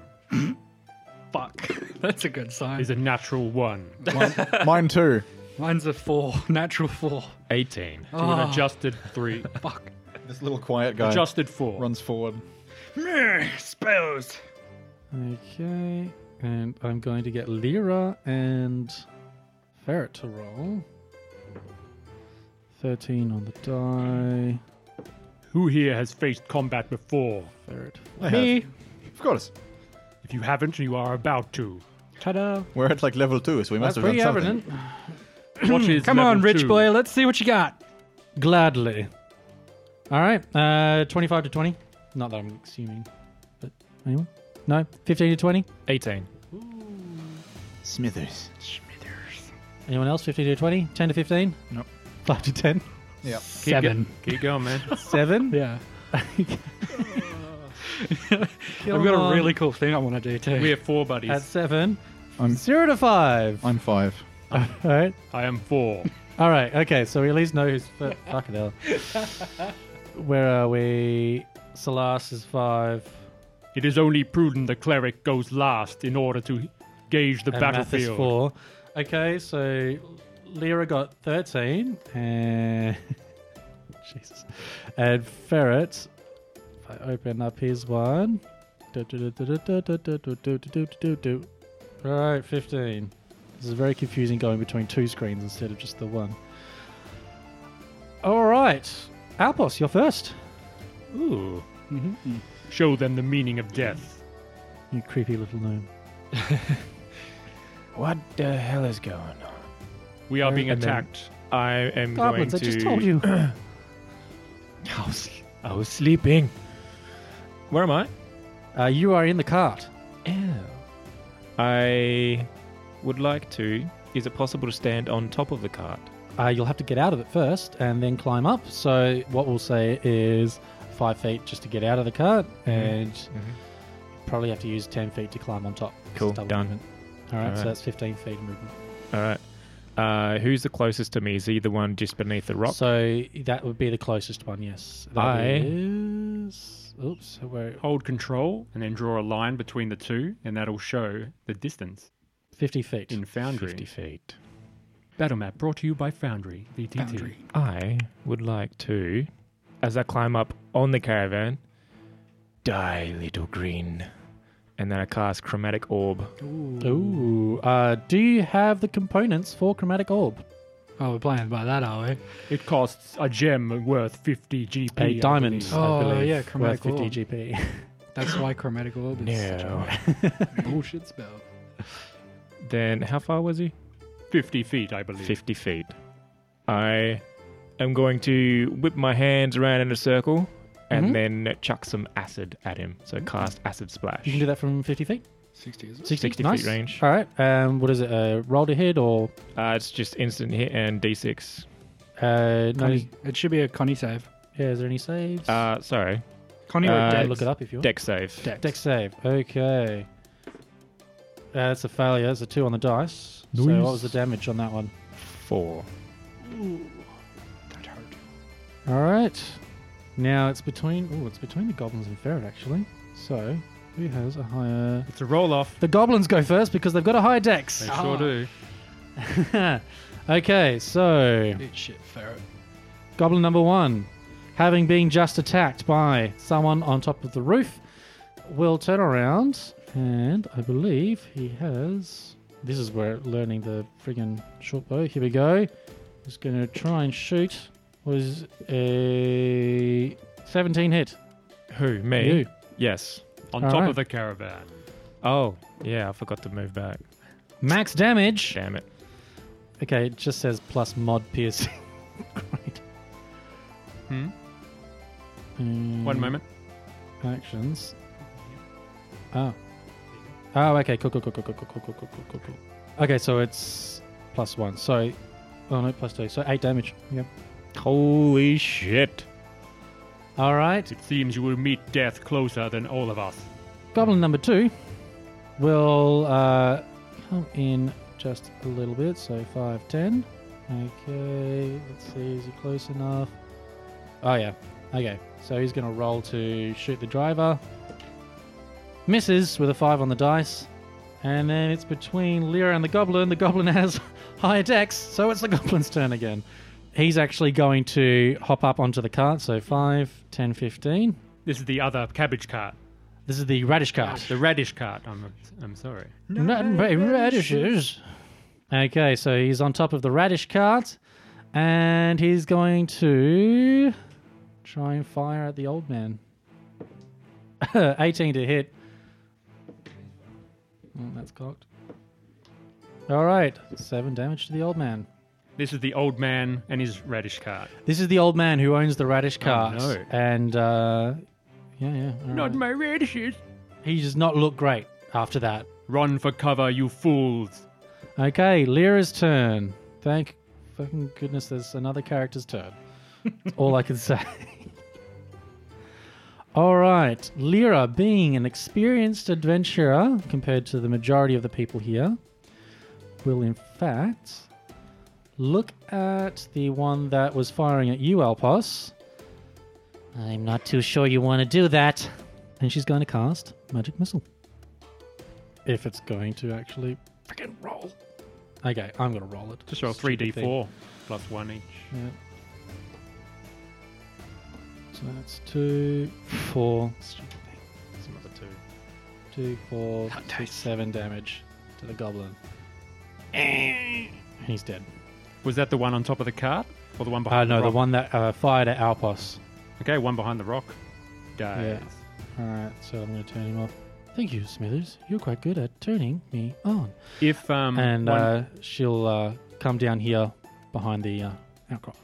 Speaker 2: Fuck. That's a good sign.
Speaker 3: is a natural one.
Speaker 4: Mine, mine too.
Speaker 2: Mine's a four, natural four.
Speaker 5: 18.
Speaker 3: To
Speaker 1: Ah.
Speaker 3: an adjusted three.
Speaker 2: Fuck.
Speaker 4: This little quiet guy
Speaker 3: adjusted four.
Speaker 4: runs forward.
Speaker 2: Spells.
Speaker 1: Okay, and I'm going to get Lyra and Ferret to roll. 13 on the die.
Speaker 3: Who here has faced combat before?
Speaker 1: Ferret.
Speaker 4: I
Speaker 2: Me.
Speaker 4: have. Of course.
Speaker 3: If you haven't, you are about to.
Speaker 2: Ta-da.
Speaker 4: We're at like level two, so we must
Speaker 1: That's
Speaker 4: have done
Speaker 1: pretty
Speaker 4: something.
Speaker 1: evident.
Speaker 3: What is
Speaker 2: Come
Speaker 3: level
Speaker 2: on, rich
Speaker 3: two?
Speaker 2: boy. Let's see what you got.
Speaker 1: Gladly. All right, uh, 25 to 20. Not that I'm assuming, but anyone? No, 15 to 20.
Speaker 5: 18.
Speaker 4: Smithers.
Speaker 1: Anyone else? 15 to 20? 10 to 15?
Speaker 4: Nope.
Speaker 1: 5 to 10?
Speaker 4: Yeah.
Speaker 3: Keep go- keep going, man.
Speaker 1: 7?
Speaker 2: Yeah.
Speaker 1: Come
Speaker 2: I've got
Speaker 1: on.
Speaker 2: a really cool thing I want to do too.
Speaker 3: We are four buddies.
Speaker 1: At 7.
Speaker 4: I'm-
Speaker 1: 0 to 5.
Speaker 4: I'm five.
Speaker 1: All right.
Speaker 3: I am four.
Speaker 1: All right. Okay. So we at least know who's. But fucking hell. Where are we? Salas is five.
Speaker 3: it is only prudent the cleric goes last in order to gauge the
Speaker 1: and Math is
Speaker 3: battlefield.
Speaker 1: four. Okay. So Lyra got thirteen, and Jesus, and Ferret. If I open up his one. Do, do, do, do, do, do, do, do, do, do, do, do, do. All right, fifteen. This is very confusing going between two screens instead of just the one. All right, Alpos, you're first.
Speaker 3: Ooh. Show them the meaning of death.
Speaker 1: You creepy little gnome.
Speaker 5: What the hell is going on?
Speaker 3: We are being
Speaker 5: And then-
Speaker 3: attacked.
Speaker 5: I am
Speaker 1: Goblins, I
Speaker 5: going to.
Speaker 1: just told you.
Speaker 5: I was, I was sleeping. Where am I?
Speaker 1: Uh, you are in the cart.
Speaker 5: Ew. I would like to. Is it possible to stand on top of the cart?
Speaker 1: Uh, you'll have to get out of it first and then climb up. So, what we'll say is five feet just to get out of the cart, and probably have to use 10 feet to climb on top. It's
Speaker 5: Cool,
Speaker 1: double
Speaker 5: done.
Speaker 1: movement. All right, so
Speaker 5: Alright.
Speaker 1: that's 15 feet of movement.
Speaker 5: All right. Uh, who's the closest to me? Is he the one just beneath the rock?
Speaker 1: So, that would be the closest one, yes. That
Speaker 5: I-
Speaker 1: is- Oops, where,
Speaker 3: Hold control and then draw a line between the two, and that'll show the distance
Speaker 1: 50 feet.
Speaker 3: in Foundry.
Speaker 5: 50 feet.
Speaker 3: Battle map brought to you by Foundry. VTT.
Speaker 2: Boundary.
Speaker 5: I would like to, as I climb up on the caravan, die, little green. And then I cast Chromatic Orb.
Speaker 1: Ooh. Uh, do you have the components for Chromatic Orb?
Speaker 2: Oh, we're playing by that, are we?
Speaker 3: It costs a gem worth 50 GP.
Speaker 1: A
Speaker 3: I
Speaker 1: diamond.
Speaker 3: believe.
Speaker 1: I
Speaker 2: Oh,
Speaker 1: believe,
Speaker 2: yeah,
Speaker 1: worth
Speaker 2: Chromatic
Speaker 1: 50
Speaker 2: Orb.
Speaker 1: GP.
Speaker 2: That's why chromatic orb is
Speaker 5: No.
Speaker 2: such a bullshit spell.
Speaker 5: Then how far was he?
Speaker 3: 50 feet, I believe.
Speaker 5: 50 feet. I am going to whip my hands around in a circle and
Speaker 1: Mhm.
Speaker 5: then chuck some acid at him. So cast Acid Splash.
Speaker 1: Mm-hmm. You can do that from 50 feet?
Speaker 2: Sixty is it?
Speaker 1: 60,
Speaker 5: 60 feet
Speaker 1: nice.
Speaker 5: range.
Speaker 1: All right. Um, what is it? Uh, roll to hit or
Speaker 5: Uh, it's just instant hit and d6.
Speaker 1: uh, no?
Speaker 2: Connie. It should be a Connie save.
Speaker 1: Yeah, is there any saves?
Speaker 5: Uh, sorry,
Speaker 2: Connie
Speaker 5: Uh,
Speaker 2: or
Speaker 1: yeah,
Speaker 2: Dex?
Speaker 1: look it up if you want.
Speaker 5: deck save.
Speaker 2: Dex.
Speaker 1: Dex save. Okay. Uh, that's a failure. That's a two on the dice. So
Speaker 5: Nice.
Speaker 1: what was the damage on that one?
Speaker 5: Four.
Speaker 2: Don't hurt.
Speaker 1: All right. Now it's between. Oh, it's between the goblins and ferret actually. So Who has a higher?
Speaker 3: It's a roll off.
Speaker 1: The goblins go first because they've got a higher dex.
Speaker 3: They
Speaker 2: Ah.
Speaker 3: sure do.
Speaker 1: okay, so
Speaker 2: Eat shit, ferret.
Speaker 1: goblin number one, having been just attacked by someone on top of the roof, will turn around and I believe he has. This is where learning the friggin' short bow. Here we go. He's gonna try and shoot. Was a 17 hit.
Speaker 5: Who? Me?
Speaker 1: You.
Speaker 5: Yes.
Speaker 3: On
Speaker 1: All
Speaker 3: top
Speaker 1: right.
Speaker 3: of the caravan.
Speaker 5: Oh, yeah, I forgot to move back.
Speaker 1: Max damage.
Speaker 5: Damn it.
Speaker 1: Okay, it just says plus mod piercing. Great.
Speaker 3: Hmm?
Speaker 1: Mm,
Speaker 3: One moment.
Speaker 1: Actions. Oh. Oh, okay. Cool, cool, cool, cool, cool, cool, cool, cool, cool, cool, cool, cool. Okay, so it's plus one. So, oh no, plus two. So eight damage. Yeah.
Speaker 5: Holy shit.
Speaker 1: All right.
Speaker 3: It seems you will meet death closer than all of us.
Speaker 1: Goblin number two will uh, come in just a little bit, so 5, 10. Okay, let's see, is he close enough? Oh, yeah. Okay, so he's going to roll to shoot the driver. Misses with a 5 on the dice. And then it's between Lyra and the goblin. The goblin has higher dex, so it's the goblin's turn again. He's actually going to hop up onto the cart, so 5, 10, 15.
Speaker 3: This is the other cabbage cart.
Speaker 1: This is the radish cart.
Speaker 3: The radish cart. I'm, I'm sorry.
Speaker 1: Nothing but radishes. Okay, so he's on top of the radish cart, and he's going to try and fire at the old man. 18 to hit. Mm, that's cocked. All right, seven damage to the old man.
Speaker 3: This is the old man and his radish cart.
Speaker 1: This is the old man who owns the radish cart,
Speaker 3: no.
Speaker 1: and uh, yeah, yeah. all right.
Speaker 3: my radishes.
Speaker 1: he does not look great after that.
Speaker 3: Run for cover, you fools.
Speaker 1: Okay, Lyra's turn. Thank fucking goodness there's another character's turn. That's all I can say. All right, Lyra, being an experienced adventurer compared to the majority of the people here, will in fact look at the one that was firing at you, Alpos. I'm not too sure you want to do that. And she's going to cast Magic Missile. If it's going to actually freaking roll. Okay, I'm going to roll it.
Speaker 3: Just roll three
Speaker 1: Stupid
Speaker 3: d
Speaker 1: thing.
Speaker 3: four plus one each.
Speaker 1: Yeah. So that's two, four, stupid thing. It's another two. Two, four,
Speaker 2: Hot
Speaker 1: six,
Speaker 2: dice.
Speaker 1: seven damage to the goblin. And he's dead.
Speaker 3: Was that the one on top of the cart or the one
Speaker 1: Uh,
Speaker 3: behind?
Speaker 1: no,
Speaker 3: the,
Speaker 1: the
Speaker 3: rock?
Speaker 1: one that uh, fired at Alpos.
Speaker 3: Okay, one behind the rock. Dies.
Speaker 1: Alright, so I'm going to turn him off. Thank you, Smithers. You're quite good at turning me on.
Speaker 3: If um
Speaker 1: and
Speaker 3: one-
Speaker 1: uh, she'll uh, come down here behind the uh,
Speaker 2: Oh,
Speaker 1: outcrop.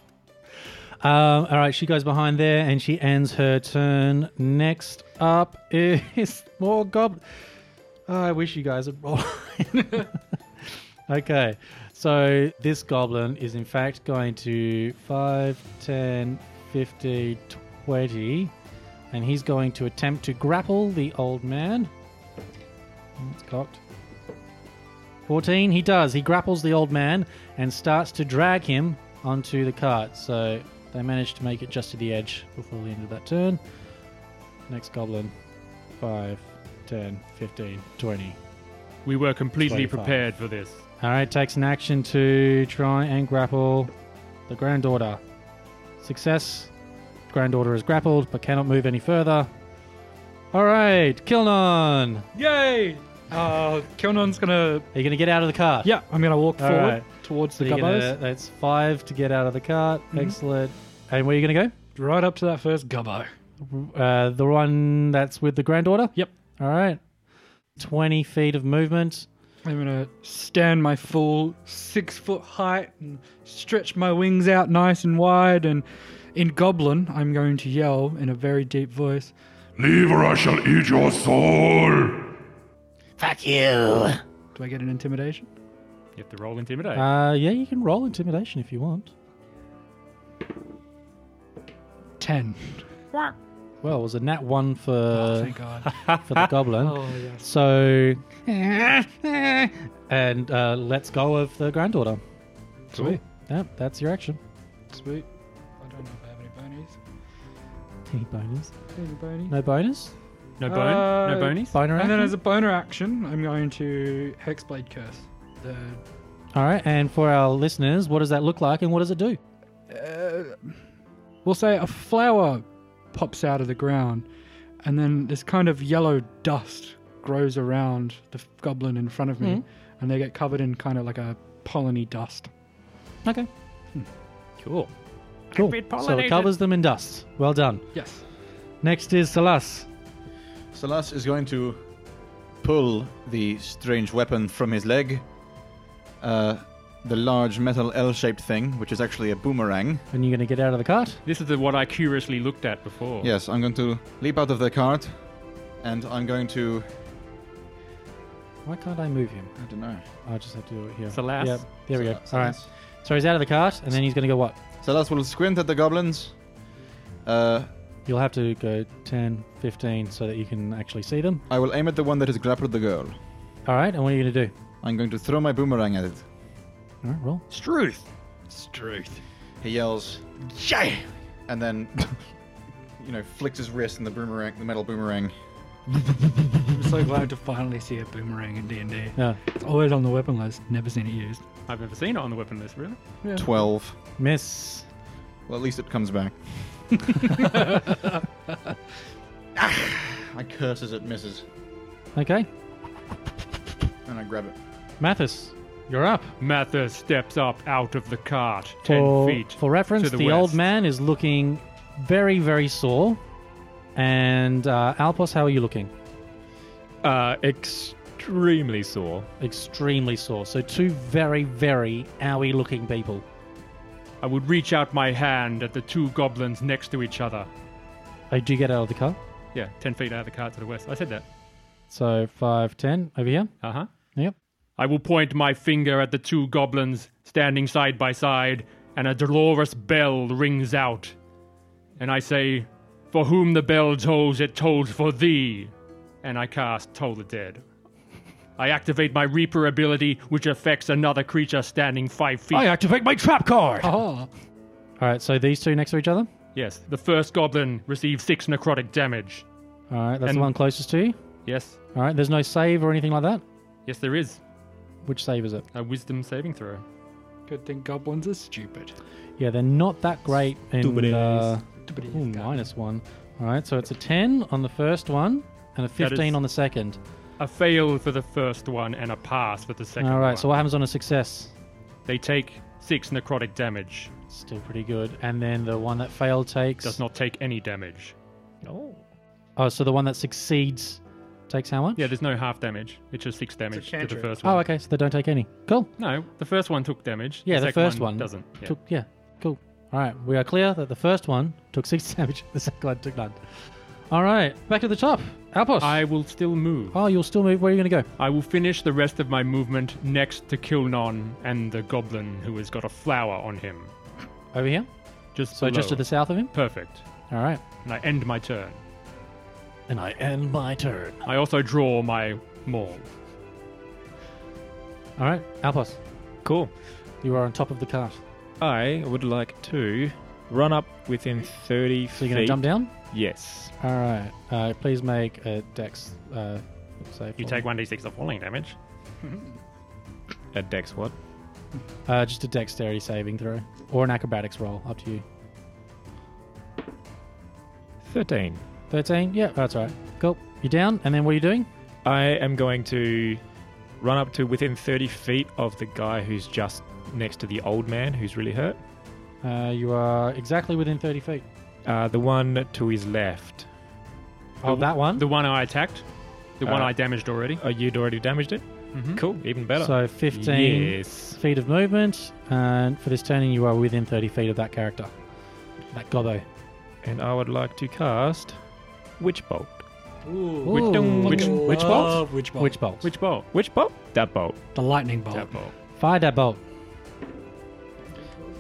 Speaker 1: Um, all right, she goes behind there and she ends her turn. Next up is more goblin. Oh, I wish you guys had rolled. okay, so this goblin is in fact going to 5, 10, 50, 20, and he's going to attempt to grapple the old man. That's cocked. 14, he does. He grapples the old man and starts to drag him onto the cart. So they manage to make it just to the edge before the end of that turn. Next goblin 5, 10, 15, 20.
Speaker 3: we were completely
Speaker 1: 25.
Speaker 3: prepared for this.
Speaker 1: All right, takes an action to try and grapple the granddaughter. Success. Granddaughter is grappled but cannot move any further. All right, Kilnon. Are
Speaker 2: Yay! Uh, Kilnon's gonna.
Speaker 1: you going to get out of the cart?
Speaker 2: Yeah, I'm gonna walk
Speaker 1: All
Speaker 2: forward
Speaker 1: right.
Speaker 2: towards
Speaker 1: So
Speaker 2: the
Speaker 1: you're
Speaker 2: gubbos. Mm-hmm.
Speaker 1: gonna, that's five to get out of the cart. Excellent. And where are you going
Speaker 2: Right up to that first gubbo.
Speaker 1: to go? Uh, the one that's with the granddaughter?
Speaker 2: Yep.
Speaker 1: All right. 20 feet of movement.
Speaker 2: I'm gonna stand my full six foot height and stretch my wings out nice and wide. And in Goblin, I'm going to yell in a very deep voice.
Speaker 6: Leave or I shall eat your soul!
Speaker 2: Do I get an intimidation?
Speaker 3: You have to roll intimidate.
Speaker 1: Uh, yeah, you can roll intimidation if you want.
Speaker 2: Ten.
Speaker 1: Well, it was a nat one for,
Speaker 2: Oh, thank God.
Speaker 1: for the goblin.
Speaker 2: oh yes.
Speaker 1: So. and uh, let's go of the granddaughter.
Speaker 2: Sweet.
Speaker 1: Yep, that's your action.
Speaker 2: Sweet. I don't know if I have any bonies.
Speaker 1: Any bonus?
Speaker 2: Any bonies?
Speaker 1: No bonus?
Speaker 3: No bone?
Speaker 2: Uh,
Speaker 3: no bonies?
Speaker 1: Boner
Speaker 2: And then
Speaker 1: action?
Speaker 2: as a boner action, I'm going to Hexblade Curse. The,
Speaker 1: All right, and for our listeners, what does that look like and what does it do?
Speaker 2: uh, we'll say a flower pops out of the ground, and then this kind of yellow dust grows around the f- goblin in front of me, and they get covered in kind of like a polleny dust.
Speaker 1: Okay. Cool. Cool.
Speaker 5: been
Speaker 1: So it
Speaker 5: pollinated.
Speaker 1: covers them in dust. Well done.
Speaker 2: Yes.
Speaker 1: Next is Salas.
Speaker 4: Salas is going to pull the strange weapon from his leg. Uh, the large metal L shaped thing, which is actually a boomerang.
Speaker 1: And you're going to get out of the cart.
Speaker 3: This is the, what I curiously looked at before.
Speaker 1: Oh.
Speaker 4: Yes, I'm going to leap out of the cart and I'm going to.
Speaker 1: Why can't I move him?
Speaker 4: I don't know.
Speaker 1: I just have to do it here.
Speaker 3: Salas.
Speaker 1: Yep. There we go.
Speaker 4: Salas-
Speaker 1: All right.
Speaker 4: Salas.
Speaker 1: So he's out of the cart, and then he's going to go what?
Speaker 4: Salas will squint at the goblins. Uh,
Speaker 1: You'll have to go 10, 15 so that you can actually see them.
Speaker 4: I will aim at the one that has grappled the girl.
Speaker 1: All right, and what are you going to do?
Speaker 4: I'm going to throw my boomerang at it.
Speaker 1: All right, roll.
Speaker 4: Struth! Struth. He yells, Jay! And then, you know, flicks his wrist and the boomerang, the metal boomerang.
Speaker 2: I'm so glad to finally see a boomerang in D&D.
Speaker 1: No,
Speaker 2: It's always on the weapon list, never seen it used.
Speaker 3: I've never seen it on the weapon list, really.
Speaker 4: 12.
Speaker 1: miss.
Speaker 4: Well, at least it comes back. I curse as it misses.
Speaker 1: Okay.
Speaker 4: And I grab it.
Speaker 1: Mathis, you're up.
Speaker 3: Mathis steps up out of the cart, 10
Speaker 1: for,
Speaker 3: feet.
Speaker 1: For reference,
Speaker 3: to
Speaker 1: the,
Speaker 3: the,
Speaker 1: old
Speaker 3: west.
Speaker 1: man is looking very, very sore. And uh, Alpos, how are you looking?
Speaker 5: Uh, extremely sore.
Speaker 1: Extremely sore. So two very, very owie-looking people.
Speaker 3: I would reach out my hand at the two goblins next to each other.
Speaker 1: I do get out of the car.
Speaker 3: Yeah, 10 feet out of the cart to the west. I said that.
Speaker 1: So five, ten over here.
Speaker 3: Uh huh.
Speaker 1: Yep.
Speaker 3: I will point my finger at the two goblins standing side by side, and a dolorous bell rings out. And I say, For whom the bell tolls, it tolls for thee. And I cast Toll the Dead. I activate my Reaper ability, which affects another creature standing five feet.
Speaker 5: activate my trap card.
Speaker 2: Oh,
Speaker 1: All right. So these two next to each other.
Speaker 3: Yes, the first goblin receives six necrotic damage.
Speaker 1: All right. That's
Speaker 3: And-
Speaker 1: the one closest to you.
Speaker 3: Yes,
Speaker 1: All right. There's no save or anything like that.
Speaker 3: yes, there is
Speaker 1: Which save is it?
Speaker 3: a wisdom saving throw.
Speaker 2: good thing goblins are stupid.
Speaker 1: Yeah, they're not that great. And, uh,
Speaker 2: Stupid
Speaker 1: ooh, minus one. All right. So it's a ten on the first one and a
Speaker 3: That
Speaker 1: fifteen
Speaker 3: is-
Speaker 1: on the second.
Speaker 3: A fail for the first one and a pass for the second
Speaker 1: All right.
Speaker 3: one.
Speaker 1: So what happens on a success?
Speaker 3: They take six necrotic damage.
Speaker 1: Still pretty good. And then the one that failed takes.
Speaker 3: Does not take any damage.
Speaker 5: Oh.
Speaker 1: Oh, so the one that succeeds takes how much?
Speaker 3: Yeah, there's no half damage. It's just six damage to the
Speaker 2: cantrip.
Speaker 3: first one.
Speaker 1: Oh, okay. So they don't take any. Cool.
Speaker 3: No, the first one took damage.
Speaker 1: Yeah, the
Speaker 3: second
Speaker 1: first one
Speaker 3: doesn't. Yeah.
Speaker 1: Took yeah. Cool. All right. We are clear that the first one took six damage. The second one took none. All right. Back to the top. Alpos.
Speaker 3: I will still move.
Speaker 1: Oh, you'll still move. Where are you going to go?
Speaker 3: I will finish the rest of my movement next to Kilnon and the goblin who has got a flower on him.
Speaker 1: Over here.
Speaker 3: Just
Speaker 1: So just to
Speaker 3: below.
Speaker 1: the south of him.
Speaker 3: perfect.
Speaker 1: All right.
Speaker 3: And I end my turn.
Speaker 1: And I end my turn.
Speaker 3: I also draw my maul.
Speaker 1: All right. Alpos,
Speaker 5: Cool.
Speaker 1: you are on top of the cart.
Speaker 5: I would like to run up within 30
Speaker 1: So
Speaker 5: feet.
Speaker 1: you're going to jump down.
Speaker 5: Yes.
Speaker 1: All right. Uh, please make a dex uh, save.
Speaker 3: You
Speaker 1: for
Speaker 3: take
Speaker 1: me.
Speaker 3: 1d6 of falling damage.
Speaker 5: A dex what?
Speaker 1: Uh, just a dexterity saving throw or an acrobatics roll. Up to you.
Speaker 5: 13.
Speaker 1: 13? Yeah, that's all right. Cool. You're down, and then what are you doing?
Speaker 5: I am going to run up to within 30 feet of the guy who's just next to the old man who's really hurt.
Speaker 1: Uh, you are exactly within 30 feet.
Speaker 5: Uh, the one to his left.
Speaker 1: Oh, that one?
Speaker 3: The one I attacked. The one
Speaker 5: Uh,
Speaker 3: I damaged already.
Speaker 5: Oh, you'd already damaged it?
Speaker 3: Mhm.
Speaker 5: Cool. Even better.
Speaker 1: So 15
Speaker 5: Yes.
Speaker 1: feet of movement, and for this turning, you are within 30 feet of that character. That gobbo.
Speaker 5: And I would like to cast Witch Bolt.
Speaker 2: Ooh.
Speaker 1: Which- Ooh.
Speaker 5: which- which bolt?
Speaker 2: Love Which bolt?
Speaker 1: Which bolt?
Speaker 3: Which bow?
Speaker 5: Witch Bolt? That bolt.
Speaker 2: The lightning bolt.
Speaker 3: That bow.
Speaker 1: Fire that bolt.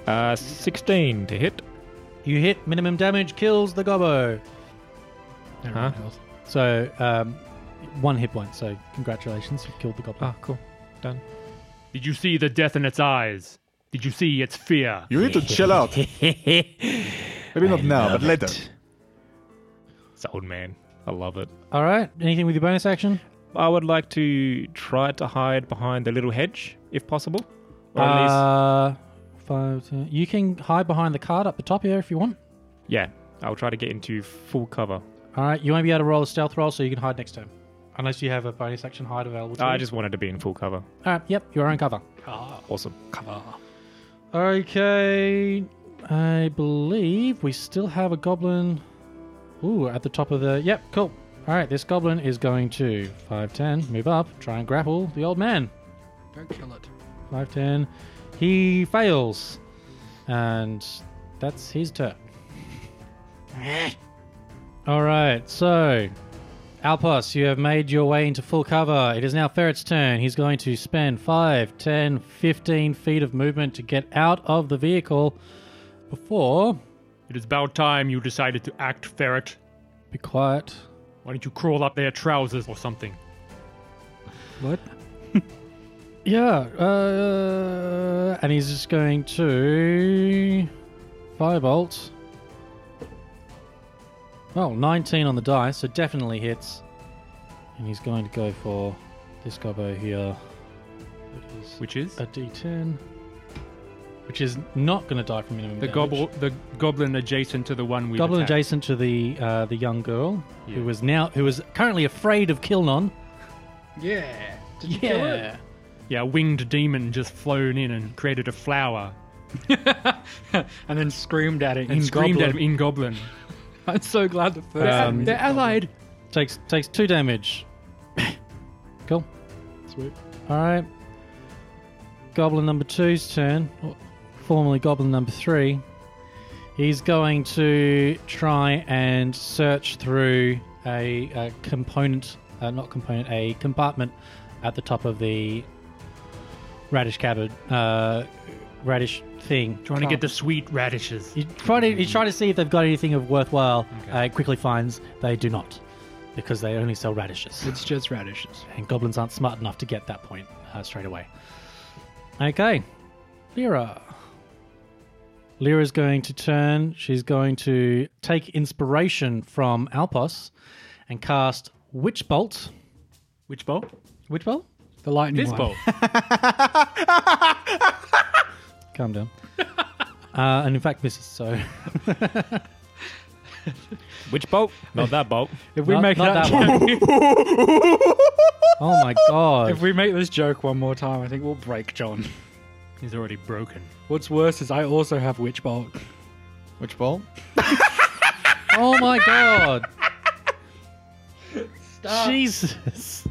Speaker 5: Uh, 16 to hit.
Speaker 1: You hit, minimum damage kills the gobbo.
Speaker 2: Everyone
Speaker 5: Huh?
Speaker 2: else.
Speaker 1: So, um, one hit point, so congratulations, you've killed the goblin.
Speaker 5: Ah, cool. Done.
Speaker 3: Did you see the death in its eyes? Did you see its fear?
Speaker 4: You need to chill out. Maybe not now, but later.
Speaker 5: It's old man. I love it.
Speaker 1: All right. Anything with your bonus action?
Speaker 5: I would like to try to hide behind the little hedge, if possible. Or at least,
Speaker 1: uh, five, ten. You can hide behind the card up the top here if you want.
Speaker 5: yeah, I'll try to get into full cover.
Speaker 1: All right. You won't be able to roll a stealth roll, so you can hide next turn. Unless you have a bonus action hide available to
Speaker 5: Ah, I
Speaker 1: you.
Speaker 5: just wanted to be in full cover.
Speaker 1: All right. Yep. You're on cover.
Speaker 5: Awesome.
Speaker 1: Okay. I believe we still have a goblin. Ooh, at the top of the. Yep, cool. All right, this goblin is going to 5'10, move up, try and grapple the old man.
Speaker 2: Don't kill it.
Speaker 1: 5'10. He fails. And that's his turn. All right, so. Alpos, you have made your way into full cover. It is now Ferret's turn. He's going to spend 5, 10, 15 feet of movement to get out of the vehicle before.
Speaker 3: It is about time you decided to act, ferret.
Speaker 1: Be quiet.
Speaker 3: Why don't you crawl up their trousers or something?
Speaker 2: What?
Speaker 1: Yeah, uh, and he's just going to firebolt. Well, 19 on the die, so definitely hits. And he's going to go for this gobbo here. It is
Speaker 3: Which is
Speaker 1: a d10, which is not going to die from minimum
Speaker 3: the
Speaker 1: damage.
Speaker 3: gobble, the goblin adjacent to the one we
Speaker 1: Goblin adjacent to the uh, the young girl
Speaker 3: Yeah.
Speaker 1: who was now who was currently afraid of Kilnon.
Speaker 2: Yeah. Did you kill it?
Speaker 1: Yeah,
Speaker 3: Yeah, a winged demon just flown in and created a flower
Speaker 2: and then screamed at it
Speaker 3: and
Speaker 2: in
Speaker 3: screamed
Speaker 2: goblin.
Speaker 3: at him in goblin.
Speaker 2: I'm so glad the first.
Speaker 1: Um,
Speaker 2: one- they're allied.
Speaker 1: takes takes two damage. cool.
Speaker 2: Sweet.
Speaker 1: All right. Goblin number two's turn, or formerly Goblin number three. He's going to try and search through a, a component, uh, not component, a compartment at the top of the radish cupboard, uh, radish thing.
Speaker 3: Trying to get the sweet radishes.
Speaker 1: You try to you try to see if they've got anything of worthwhile. Uh, it quickly finds they do not, because they only sell radishes
Speaker 2: It's just radishes.
Speaker 1: and goblins aren't smart enough to get that point uh, straight away. Okay, Lyra. Lyra's going to turn. She's going to take inspiration from Alpos and cast Witch Bolt.
Speaker 3: Which bowl?
Speaker 1: Witch Bolt?
Speaker 2: The lightning
Speaker 3: This
Speaker 2: one.
Speaker 3: bowl.
Speaker 1: Calm down. uh, and in fact, misses. So
Speaker 5: Which bolt? Not that bolt.
Speaker 2: If we
Speaker 1: Not-
Speaker 2: make
Speaker 1: not
Speaker 2: that,
Speaker 1: that one. oh my god!
Speaker 2: if we make this joke one more time, I think we'll break John.
Speaker 3: He's already broken.
Speaker 2: What's worse is I also have witch bolt.
Speaker 4: Which bolt?
Speaker 1: Oh my god! Jesus!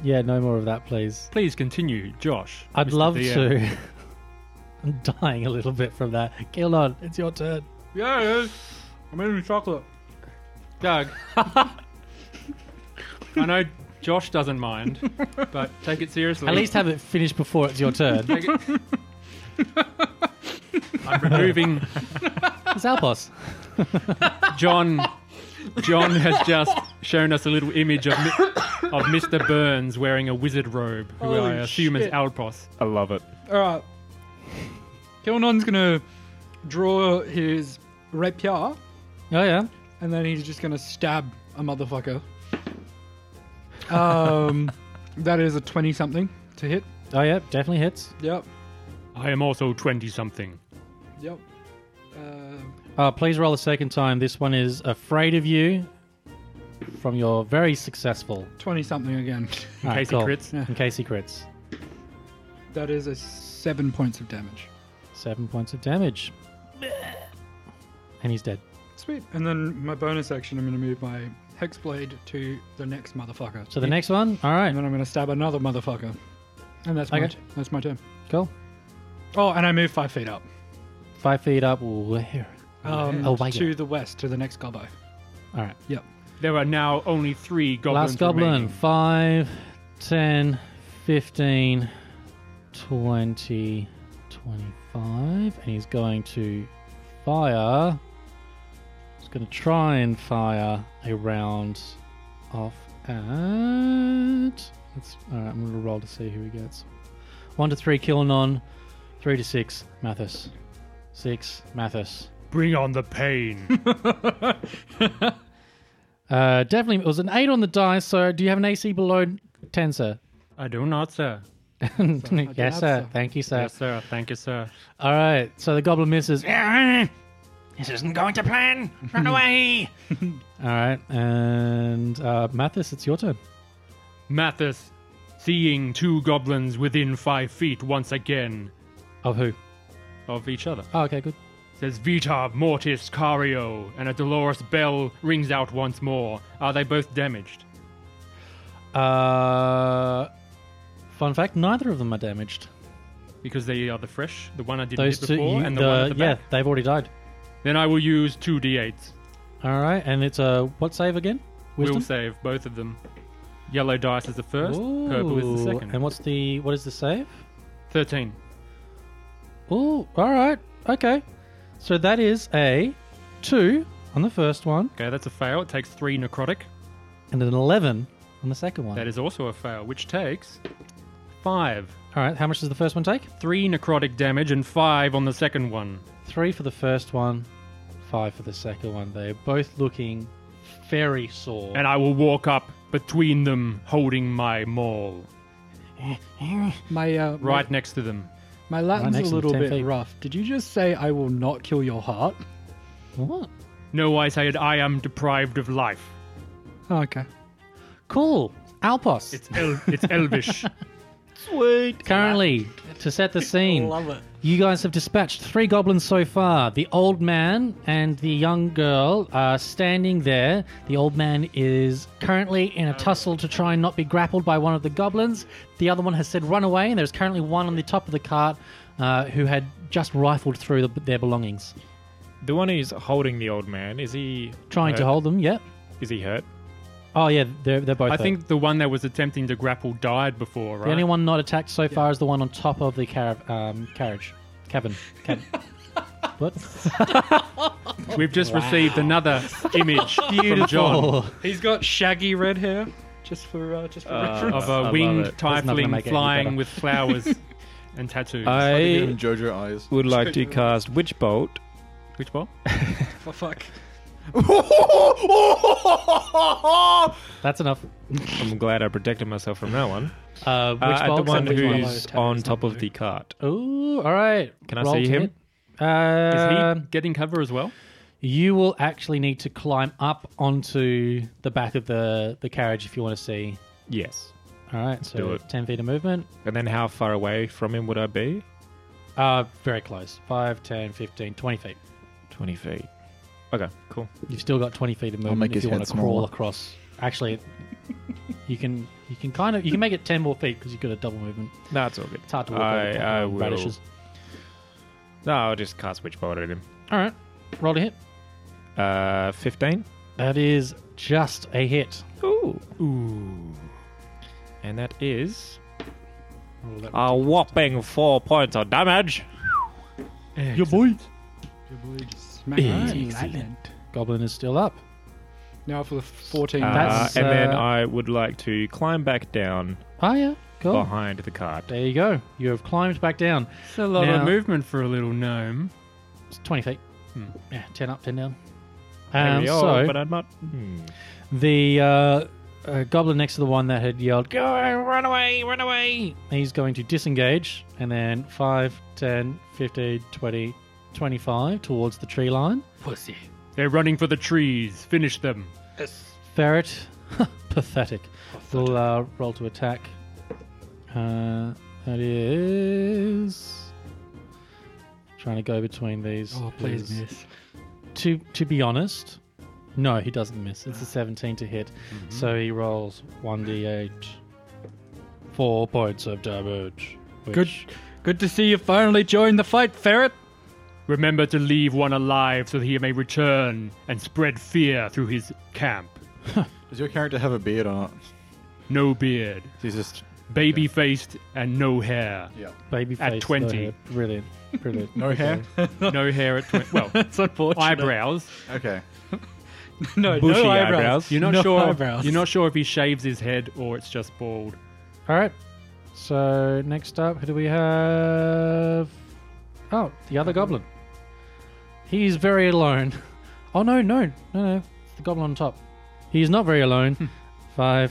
Speaker 1: Yeah, no more of that, please.
Speaker 3: Please continue, Josh.
Speaker 1: I'd
Speaker 3: Mr.
Speaker 1: love
Speaker 3: DM.
Speaker 1: to. I'm dying a little bit from that. Gilon, it's your turn.
Speaker 3: Yeah, it is. I'm eating chocolate. Doug. I know Josh doesn't mind, but take it seriously.
Speaker 1: At least have it finished before it's your turn.
Speaker 3: Take it- I'm removing
Speaker 1: It's Alpos.
Speaker 3: John. John has just shown us a little image of mi- of Mr. Burns wearing a wizard robe, who I
Speaker 2: Holy
Speaker 3: assume is
Speaker 2: shit.
Speaker 3: Alpros.
Speaker 5: I love it.
Speaker 2: All right. Kilnon's gonna draw his rapier,
Speaker 1: Oh, yeah.
Speaker 2: and then he's just gonna stab a motherfucker. Um, that is a twenty-something to hit.
Speaker 1: Oh, yeah. Definitely hits.
Speaker 2: Yep.
Speaker 3: I am also twenty something.
Speaker 2: Yep. Um
Speaker 1: Uh, please roll a second time. This one is Afraid of You from your very successful.
Speaker 2: twenty-something again.
Speaker 1: In
Speaker 3: case he crits.
Speaker 1: In case he crits.
Speaker 2: That is a seven points of damage.
Speaker 1: Seven points of damage. And he's dead.
Speaker 2: Sweet. And then my bonus action, I'm going to move my hex blade to the next motherfucker.
Speaker 1: So the next one. All
Speaker 2: And
Speaker 1: right.
Speaker 2: then I'm going to stab another motherfucker. And that's my
Speaker 1: Okay.
Speaker 2: t- that's my turn.
Speaker 1: Cool.
Speaker 2: Oh, and I move five feet up.
Speaker 1: Five feet up. Where?
Speaker 2: Um,
Speaker 1: Oh, wait.
Speaker 2: to the west, to the next gobbo.
Speaker 1: All right.
Speaker 2: Yep.
Speaker 3: There are now only three goblins.
Speaker 1: Last goblin.
Speaker 3: remaining.
Speaker 1: Five, ten, fifteen, twenty, twenty-five, And he's going to fire. He's going to try and fire a round off at. Let's, all right, I'm going to roll to see who he gets. One to three, Kilnon. Three to six, Mathis. Six, Mathis.
Speaker 3: Bring on the pain.
Speaker 1: Uh, definitely, it was an eight on the die. So, do you have an AC below ten, sir?
Speaker 3: I do not, sir.
Speaker 2: have,
Speaker 1: yes, sir.
Speaker 2: sir.
Speaker 1: Thank you, sir.
Speaker 3: Yes, sir. Thank you, sir.
Speaker 1: All right. So the goblin misses. This isn't going to plan. Run away. All right. And uh, Mathis, it's your turn.
Speaker 3: Mathis, seeing two goblins within five feet once again
Speaker 1: Of who?
Speaker 3: of each other,
Speaker 1: Oh, okay, good.
Speaker 3: says Vita, Mortis, Cario, and a Dolores bell rings out once more. Are they both damaged?
Speaker 1: Uh, fun fact: neither of them are damaged.
Speaker 3: Because they are the fresh, the one I did
Speaker 1: Those
Speaker 3: hit
Speaker 1: two,
Speaker 3: before,
Speaker 1: you-
Speaker 3: and the, one at the
Speaker 1: yeah,
Speaker 3: back.
Speaker 1: they've already died.
Speaker 3: Then I will use two d8s.
Speaker 1: All right, and it's a what save again?
Speaker 3: Will
Speaker 1: Wisdom.
Speaker 3: save both of them. Yellow dice is the first, purple is
Speaker 1: Ooh,
Speaker 3: the second.
Speaker 1: And what's the what is the save?
Speaker 3: Thirteen.
Speaker 1: Oh, all right, okay. So that is a two on the first one,
Speaker 3: Okay, that's a fail. It takes three necrotic.
Speaker 1: and an eleven on the second one.
Speaker 3: That is also a fail, which takes five.
Speaker 1: All right, how much does the first one take?
Speaker 3: Three necrotic damage and five on the second one.
Speaker 1: Three for the first one, five for the second one. They are both looking very sore.
Speaker 3: And I will walk up between them, holding my maul
Speaker 2: My uh, my-
Speaker 3: right next to them.
Speaker 2: My
Speaker 1: Right
Speaker 2: Latin's
Speaker 1: next
Speaker 2: a
Speaker 1: to
Speaker 2: little
Speaker 1: the
Speaker 2: bit
Speaker 1: 10 feet.
Speaker 2: rough. Did you just say I will not kill your heart?
Speaker 1: what?
Speaker 3: No, I said I am deprived of life.
Speaker 2: Oh, okay.
Speaker 1: Cool. Alpos.
Speaker 3: It's el- it's elvish.
Speaker 1: Sweet. Currently, to set the scene,
Speaker 2: it.
Speaker 1: you guys have dispatched three goblins so far. The old man and the young girl are standing there. The old man is currently in a tussle to try and not be grappled by one of the goblins. The other one has said run away, and there's currently one on the top of the cart uh, who had just rifled through the, their belongings.
Speaker 5: The one who's holding the old man is he
Speaker 1: Trying to
Speaker 5: hurt?
Speaker 1: hold them, yep.
Speaker 5: Is he hurt?
Speaker 1: Oh, yeah, they're, they're both
Speaker 3: I
Speaker 1: hurt.
Speaker 3: think the one that was attempting to grapple died before, right?
Speaker 1: The only one not attacked so far is the one on top of the carav- um, carriage. Cabin. Cabin. what?
Speaker 3: We've just received another image from John
Speaker 2: He's got shaggy red hair. Just for uh, just for reference.
Speaker 3: of
Speaker 5: I
Speaker 3: a
Speaker 5: love
Speaker 3: winged
Speaker 5: it. Uh,
Speaker 1: not gonna
Speaker 3: tiefling
Speaker 1: make it any
Speaker 3: flying
Speaker 1: better.
Speaker 3: with flowers and tattoos.
Speaker 5: I
Speaker 4: Even Jojo eyes.
Speaker 5: would like to cast Witch Bolt.
Speaker 3: Which one?
Speaker 2: For fuck.
Speaker 1: That's enough.
Speaker 5: I'm glad I protected myself from that one.
Speaker 1: Uh, which
Speaker 5: Uh, at the
Speaker 1: bolt?
Speaker 5: one
Speaker 2: which one?
Speaker 5: who's on top of the cart.
Speaker 1: Ooh, all right.
Speaker 5: Can I
Speaker 1: Roll
Speaker 5: see
Speaker 1: to
Speaker 5: him?
Speaker 1: hit.
Speaker 3: Is
Speaker 1: Uh,
Speaker 3: he getting cover as well?
Speaker 1: You will actually need to climb up onto the back of the, the carriage if you want to see.
Speaker 5: Yes.
Speaker 1: All right, so
Speaker 5: do it.
Speaker 1: 10 feet of movement.
Speaker 5: And then how far away from him would I be?
Speaker 1: Uh, very close. 5, 10, 15, 20 feet.
Speaker 5: 20 feet. Okay, cool.
Speaker 1: You've still got 20 feet of movement
Speaker 4: make
Speaker 1: if
Speaker 4: his
Speaker 1: you
Speaker 4: head
Speaker 1: want to crawl
Speaker 4: smaller.
Speaker 1: across. Actually, you can you can kind of you can make it 10 more feet because you've got a double movement.
Speaker 5: No, it's all good.
Speaker 1: It's hard to walk
Speaker 5: I,
Speaker 1: over
Speaker 5: I will.
Speaker 1: radishes.
Speaker 5: No, I'll just cast Witch Bolt at him.
Speaker 1: All right, roll to hit.
Speaker 5: Uh, 15.
Speaker 1: That is just a hit.
Speaker 5: Ooh. Ooh. And that is a whopping four points of damage.
Speaker 1: Your boy.
Speaker 2: Smack his lightning.
Speaker 1: Goblin is still up.
Speaker 2: Now for the 14.
Speaker 5: Uh,
Speaker 1: That's,
Speaker 5: and then
Speaker 1: uh,
Speaker 5: I would like to climb back down
Speaker 1: Ah, yeah, cool.
Speaker 5: behind the cart.
Speaker 1: There you go. You have climbed back down.
Speaker 3: It's a lot
Speaker 1: of
Speaker 3: of movement for a little gnome.
Speaker 1: It's 20 feet.
Speaker 5: Hmm.
Speaker 1: Yeah, 10 up, 10 down.
Speaker 5: Maybe,
Speaker 1: And
Speaker 5: oh,
Speaker 1: so
Speaker 5: but I'm not. Hmm.
Speaker 1: the uh, uh, goblin next to the one that had yelled, Go, run away, run away. He's going to disengage and then 5, 10, 15, 20, 25 towards the tree line.
Speaker 2: pussy.
Speaker 3: They're running for the trees. Finish them.
Speaker 1: Ferret, pathetic. Will uh, roll to attack. Uh, that is trying to go between these.
Speaker 2: Oh, please
Speaker 1: is-
Speaker 2: miss.
Speaker 1: To to be honest, no, he doesn't miss.
Speaker 2: Ah.
Speaker 1: It's a seventeen to hit,
Speaker 2: Mm-hmm.
Speaker 1: so he rolls one d eight. Four points of damage.
Speaker 2: Good,
Speaker 1: which-
Speaker 2: good to see you finally join the fight, ferret.
Speaker 3: Remember to leave one alive so that he may return and spread fear through his camp.
Speaker 4: Does your character have a beard or not?
Speaker 3: No beard,
Speaker 4: He's just
Speaker 3: baby faced, and no hair.
Speaker 4: yeah.
Speaker 1: baby face.
Speaker 3: At
Speaker 1: no
Speaker 3: 20.
Speaker 1: hit. Brilliant. Brilliant.
Speaker 4: No hair.
Speaker 3: No hair at twen- well,
Speaker 2: That's unfortunate.
Speaker 3: eyebrows,
Speaker 4: Okay.
Speaker 2: No,
Speaker 5: bushy
Speaker 2: no eyebrows.
Speaker 5: eyebrows.
Speaker 3: You're not
Speaker 2: No
Speaker 3: sure.
Speaker 2: eyebrows.
Speaker 3: You're not sure if he shaves his head or it's just bald.
Speaker 1: All right. So next up, who do we have? Oh, the other goblin. He is very alone. Oh no, no, no, no! It's the goblin on top. He is not very alone. Five,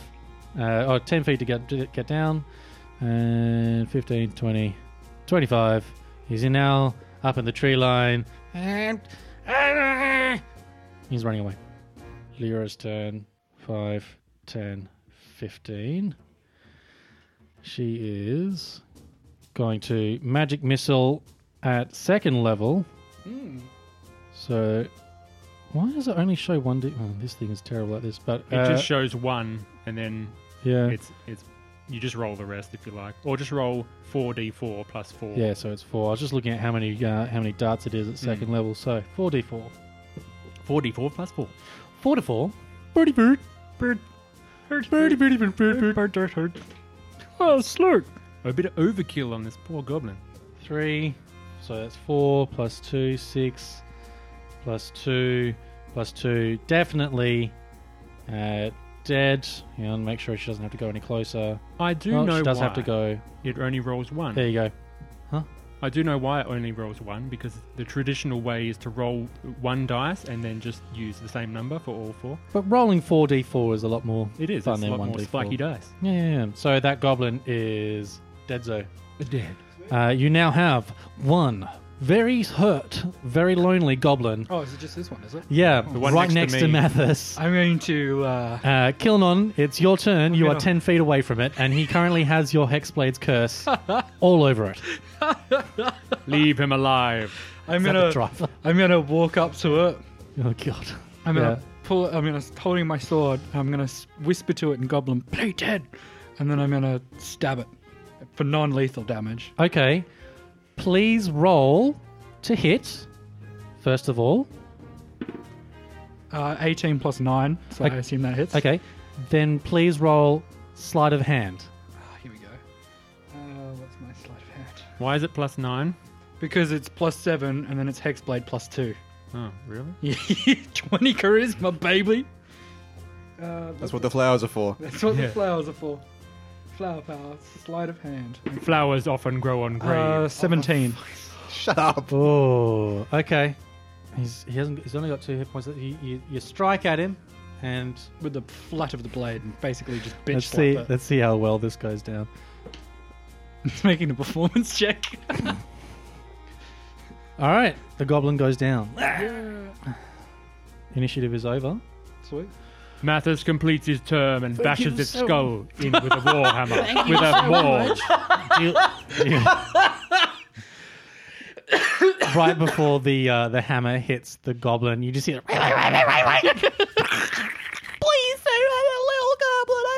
Speaker 1: uh, oh, 10 feet to get to get down, and 15, 20, 25. He's in now up in the tree line, and he's running away. Lyra's turn. 5, 10, 15. She is going to magic missile at second level.
Speaker 3: Hmm.
Speaker 1: So, why does it only show one? D- oh, this thing is terrible at this, but
Speaker 3: It
Speaker 1: uh,
Speaker 3: just shows one, and then
Speaker 1: yeah,
Speaker 3: it's it's you just roll the rest if you like, or just roll four d four plus four. Hmm.
Speaker 1: yeah. So it's four. I was just looking at how many uh, how many darts it is at second level. So four d four,
Speaker 3: four d four plus four.
Speaker 1: four to four. Birdie bird, bird,
Speaker 3: Hurt,
Speaker 1: birdie birdie bird, bird, bird.
Speaker 3: hurt, hurt, hurt.
Speaker 2: Oh, Slurk.
Speaker 3: A bit of overkill on this poor goblin.
Speaker 1: Three. So that's four plus two, six plus two plus two. Definitely uh, dead. And make sure she doesn't have to go any closer.
Speaker 3: I do
Speaker 1: Oh,
Speaker 3: know
Speaker 1: she does have to
Speaker 3: why
Speaker 1: go.
Speaker 3: It only rolls one.
Speaker 1: There you go.
Speaker 3: I do know why it only rolls one because the traditional way is to roll one dice and then just use the same number for all four.
Speaker 1: But rolling four d four is a lot more.
Speaker 3: It is.
Speaker 1: Fun
Speaker 3: it's a
Speaker 1: then,
Speaker 3: lot
Speaker 1: one
Speaker 3: more
Speaker 1: d4.
Speaker 3: spiky dice.
Speaker 1: Yeah, yeah, yeah. So that goblin is dead. So
Speaker 3: Dead.
Speaker 1: uh, you now have one very hurt, very lonely goblin.
Speaker 2: Oh, is it just this one, is it?
Speaker 1: Yeah,
Speaker 3: one
Speaker 1: right next,
Speaker 3: next to
Speaker 1: to,
Speaker 3: me.
Speaker 1: Mathis.
Speaker 2: I'm going to. Uh,
Speaker 1: Uh, Kilnon, it's your turn. You are
Speaker 2: gonna-
Speaker 1: 10 feet away from it, and he currently has your Hexblade's curse all over it.
Speaker 3: Leave him alive.
Speaker 2: I'm
Speaker 1: Is that the
Speaker 2: gonna.
Speaker 1: driver?
Speaker 2: I'm gonna walk up to it.
Speaker 1: Oh, God.
Speaker 2: I'm gonna
Speaker 1: Yeah.
Speaker 2: pull it. I'm gonna holding my sword. I'm gonna s- whisper to it in Goblin, "Play dead," and then I'm gonna stab it for non-lethal damage.
Speaker 1: Okay. Please roll to hit, first of all.
Speaker 2: Uh, 18 plus nine, so
Speaker 1: Okay.
Speaker 2: I assume that hits.
Speaker 1: Okay. Then please roll sleight of hand.
Speaker 2: Ah, here we go. Uh, what's my sleight of hand?
Speaker 3: Why is it plus nine?
Speaker 2: Because it's plus seven, and then it's Hexblade plus two.
Speaker 3: Oh, really?
Speaker 2: 20 charisma, baby. Uh,
Speaker 4: That's what the flowers are for.
Speaker 2: that's what the flowers are for. Flower power, sleight of hand.
Speaker 3: Flowers often grow on
Speaker 2: Uh,
Speaker 3: graves.
Speaker 2: 17.
Speaker 4: Shut up.
Speaker 1: Oh, okay. He's, he hasn't, he's only got two hit points. You, you, you strike at him, and
Speaker 2: With the flat of the blade and basically just bitch
Speaker 1: let's
Speaker 2: slap
Speaker 1: see,
Speaker 2: it.
Speaker 1: let's see how well this goes down.
Speaker 2: It's making a performance check.
Speaker 1: All right, the goblin goes down. Initiative is over.
Speaker 2: Sweet.
Speaker 3: Mathis completes his term and bashes
Speaker 1: you
Speaker 3: its
Speaker 1: so
Speaker 3: skull in with a warhammer. with a forge.
Speaker 1: right before the uh, the hammer hits the goblin, you just hear. Please save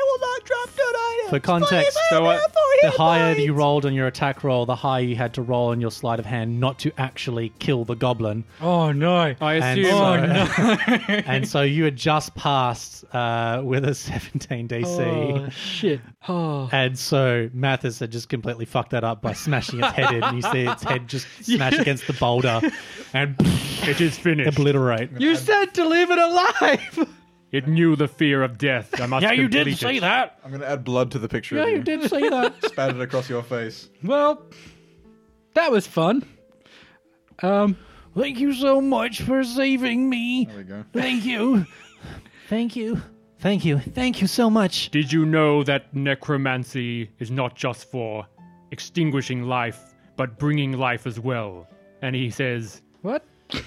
Speaker 1: the little goblin. I will not drop tonight. For context,
Speaker 3: So I,
Speaker 1: the higher you rolled on your attack roll, the higher you had to roll on your sleight of hand not to actually kill the goblin.
Speaker 2: Oh no.
Speaker 3: I
Speaker 1: And
Speaker 3: assume.
Speaker 1: so,
Speaker 2: Oh, no.
Speaker 1: and so you had just passed uh, with a 17 DC.
Speaker 2: Oh, shit. Oh.
Speaker 1: And so Mathis had just completely fucked that up by smashing its head in. You see its head just smash against the boulder and
Speaker 3: It is finished.
Speaker 1: obliterate.
Speaker 2: You said to leave it alive!
Speaker 3: It knew the fear of death. I must complete it.
Speaker 1: that.
Speaker 4: I'm gonna add blood to the picture
Speaker 1: Yeah,
Speaker 4: of you.
Speaker 1: you did say that.
Speaker 4: Spat it across your face.
Speaker 2: well, that was fun. Um,
Speaker 1: Thank you so much for saving me.
Speaker 4: There we go.
Speaker 1: Thank you. Thank you. Thank you. Thank you so much.
Speaker 3: Did you know that necromancy is not just for extinguishing life, but bringing life as well? And he says,
Speaker 2: what?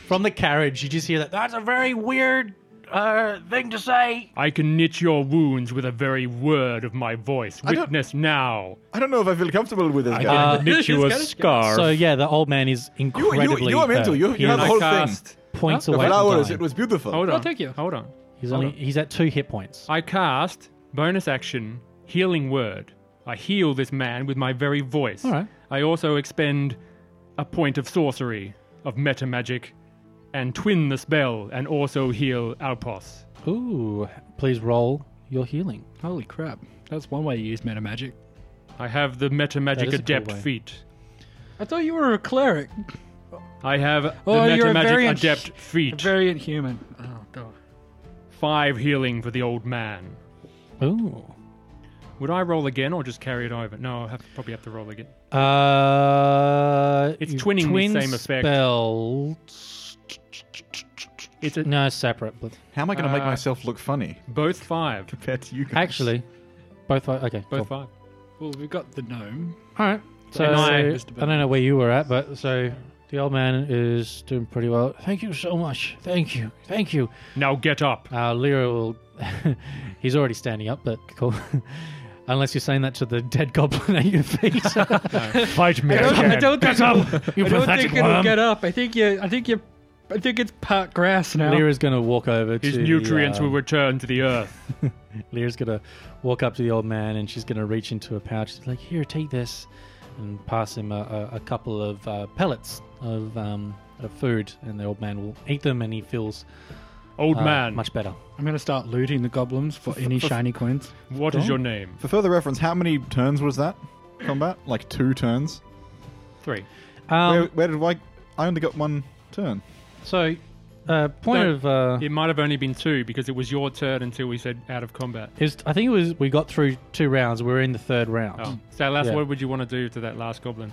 Speaker 1: From the carriage, you just hear that. That's a very weird uh, thing to say.
Speaker 3: I can knit your wounds with a very word of my voice.
Speaker 4: don't-
Speaker 3: Witness now.
Speaker 4: I don't know if I feel comfortable with this guy.
Speaker 5: knit you a scarf.
Speaker 1: So yeah, the old man is
Speaker 4: you,
Speaker 1: incredibly.
Speaker 4: you, you are mental.
Speaker 1: hurt.
Speaker 4: You, you
Speaker 1: He
Speaker 4: have the
Speaker 1: is
Speaker 4: whole
Speaker 3: cast-
Speaker 4: thing.
Speaker 1: points
Speaker 4: The
Speaker 1: away.
Speaker 4: flowers.
Speaker 1: from
Speaker 4: It
Speaker 1: dying.
Speaker 4: was beautiful.
Speaker 3: Hold on.
Speaker 2: I'll take you.
Speaker 3: Hold on.
Speaker 1: He's only
Speaker 3: on.
Speaker 1: he's at two hit points.
Speaker 3: I cast bonus action healing word. I heal this man with my very voice.
Speaker 1: All right.
Speaker 3: I also expend a point of sorcery of meta magic and twin the spell and also heal Alpos.
Speaker 1: Ooh, please roll your healing.
Speaker 2: Holy crap. That's one way you use meta magic.
Speaker 3: I have the meta magic
Speaker 1: is a cool
Speaker 3: adept
Speaker 1: way.
Speaker 3: feat.
Speaker 2: I thought you were a cleric.
Speaker 3: I have
Speaker 2: Oh,
Speaker 3: the
Speaker 2: you're
Speaker 3: meta
Speaker 2: a
Speaker 3: magic
Speaker 2: variant-
Speaker 3: adept
Speaker 2: A
Speaker 3: feat.
Speaker 2: variant human. Oh, God.
Speaker 3: Five healing for the old man.
Speaker 1: Ooh.
Speaker 3: Would I roll again or just carry it over? No, I'll have to, probably have to roll again.
Speaker 1: Uh,
Speaker 3: It's
Speaker 1: you
Speaker 3: twinning the
Speaker 1: Uh, twin
Speaker 3: same effect.
Speaker 1: Spelled
Speaker 3: It's a,
Speaker 1: No, separate. But
Speaker 4: How am I going to make
Speaker 3: Uh,
Speaker 4: myself look funny
Speaker 3: both five.
Speaker 4: compared to you guys?
Speaker 1: actually, both. are- Okay,
Speaker 3: Both
Speaker 1: cool.
Speaker 3: five.
Speaker 2: Well, we've got the gnome.
Speaker 1: All right. So
Speaker 3: And
Speaker 1: I,
Speaker 3: I-
Speaker 1: don't know where you were at, but so the old man is doing pretty well. Thank you so much. Thank you. Thank you.
Speaker 3: Now get up.
Speaker 1: Uh, Lira will. he's already standing up, but cool. Unless you're saying that to the dead goblin at your feet.
Speaker 5: Fight me.
Speaker 2: I don't, I don't think,
Speaker 1: you
Speaker 2: I don't
Speaker 1: pathetic
Speaker 2: think it'll
Speaker 1: worm.
Speaker 2: get up. I think you. I think you. I think it's part grass now.
Speaker 1: Lira's going to walk over
Speaker 3: His
Speaker 1: to. the,
Speaker 3: nutrients
Speaker 1: um,
Speaker 3: will return to the earth.
Speaker 1: Lear's gonna walk up to the old man and she's gonna reach into a pouch. She's like, "Here, take this," and pass him a, a, a couple of uh, pellets of, um, of food. And the old man will eat them, and he feels
Speaker 3: Old
Speaker 1: uh,
Speaker 3: man,
Speaker 1: much better.
Speaker 2: I'm gonna start looting the goblins for any shiny coins.
Speaker 3: what is your name?
Speaker 4: For further reference, how many turns was that combat? Like two turns?
Speaker 3: Three.
Speaker 1: Um,
Speaker 4: where, where did I. I only got one turn.
Speaker 1: so, uh, point
Speaker 3: No,
Speaker 1: of uh,
Speaker 3: It might have only been two because it was your turn until we said out of combat.
Speaker 1: is I think it was we got through two rounds. We are in the third round.
Speaker 3: Oh. So, last,
Speaker 1: Mm. Yeah.
Speaker 3: what would you want to do to that last goblin?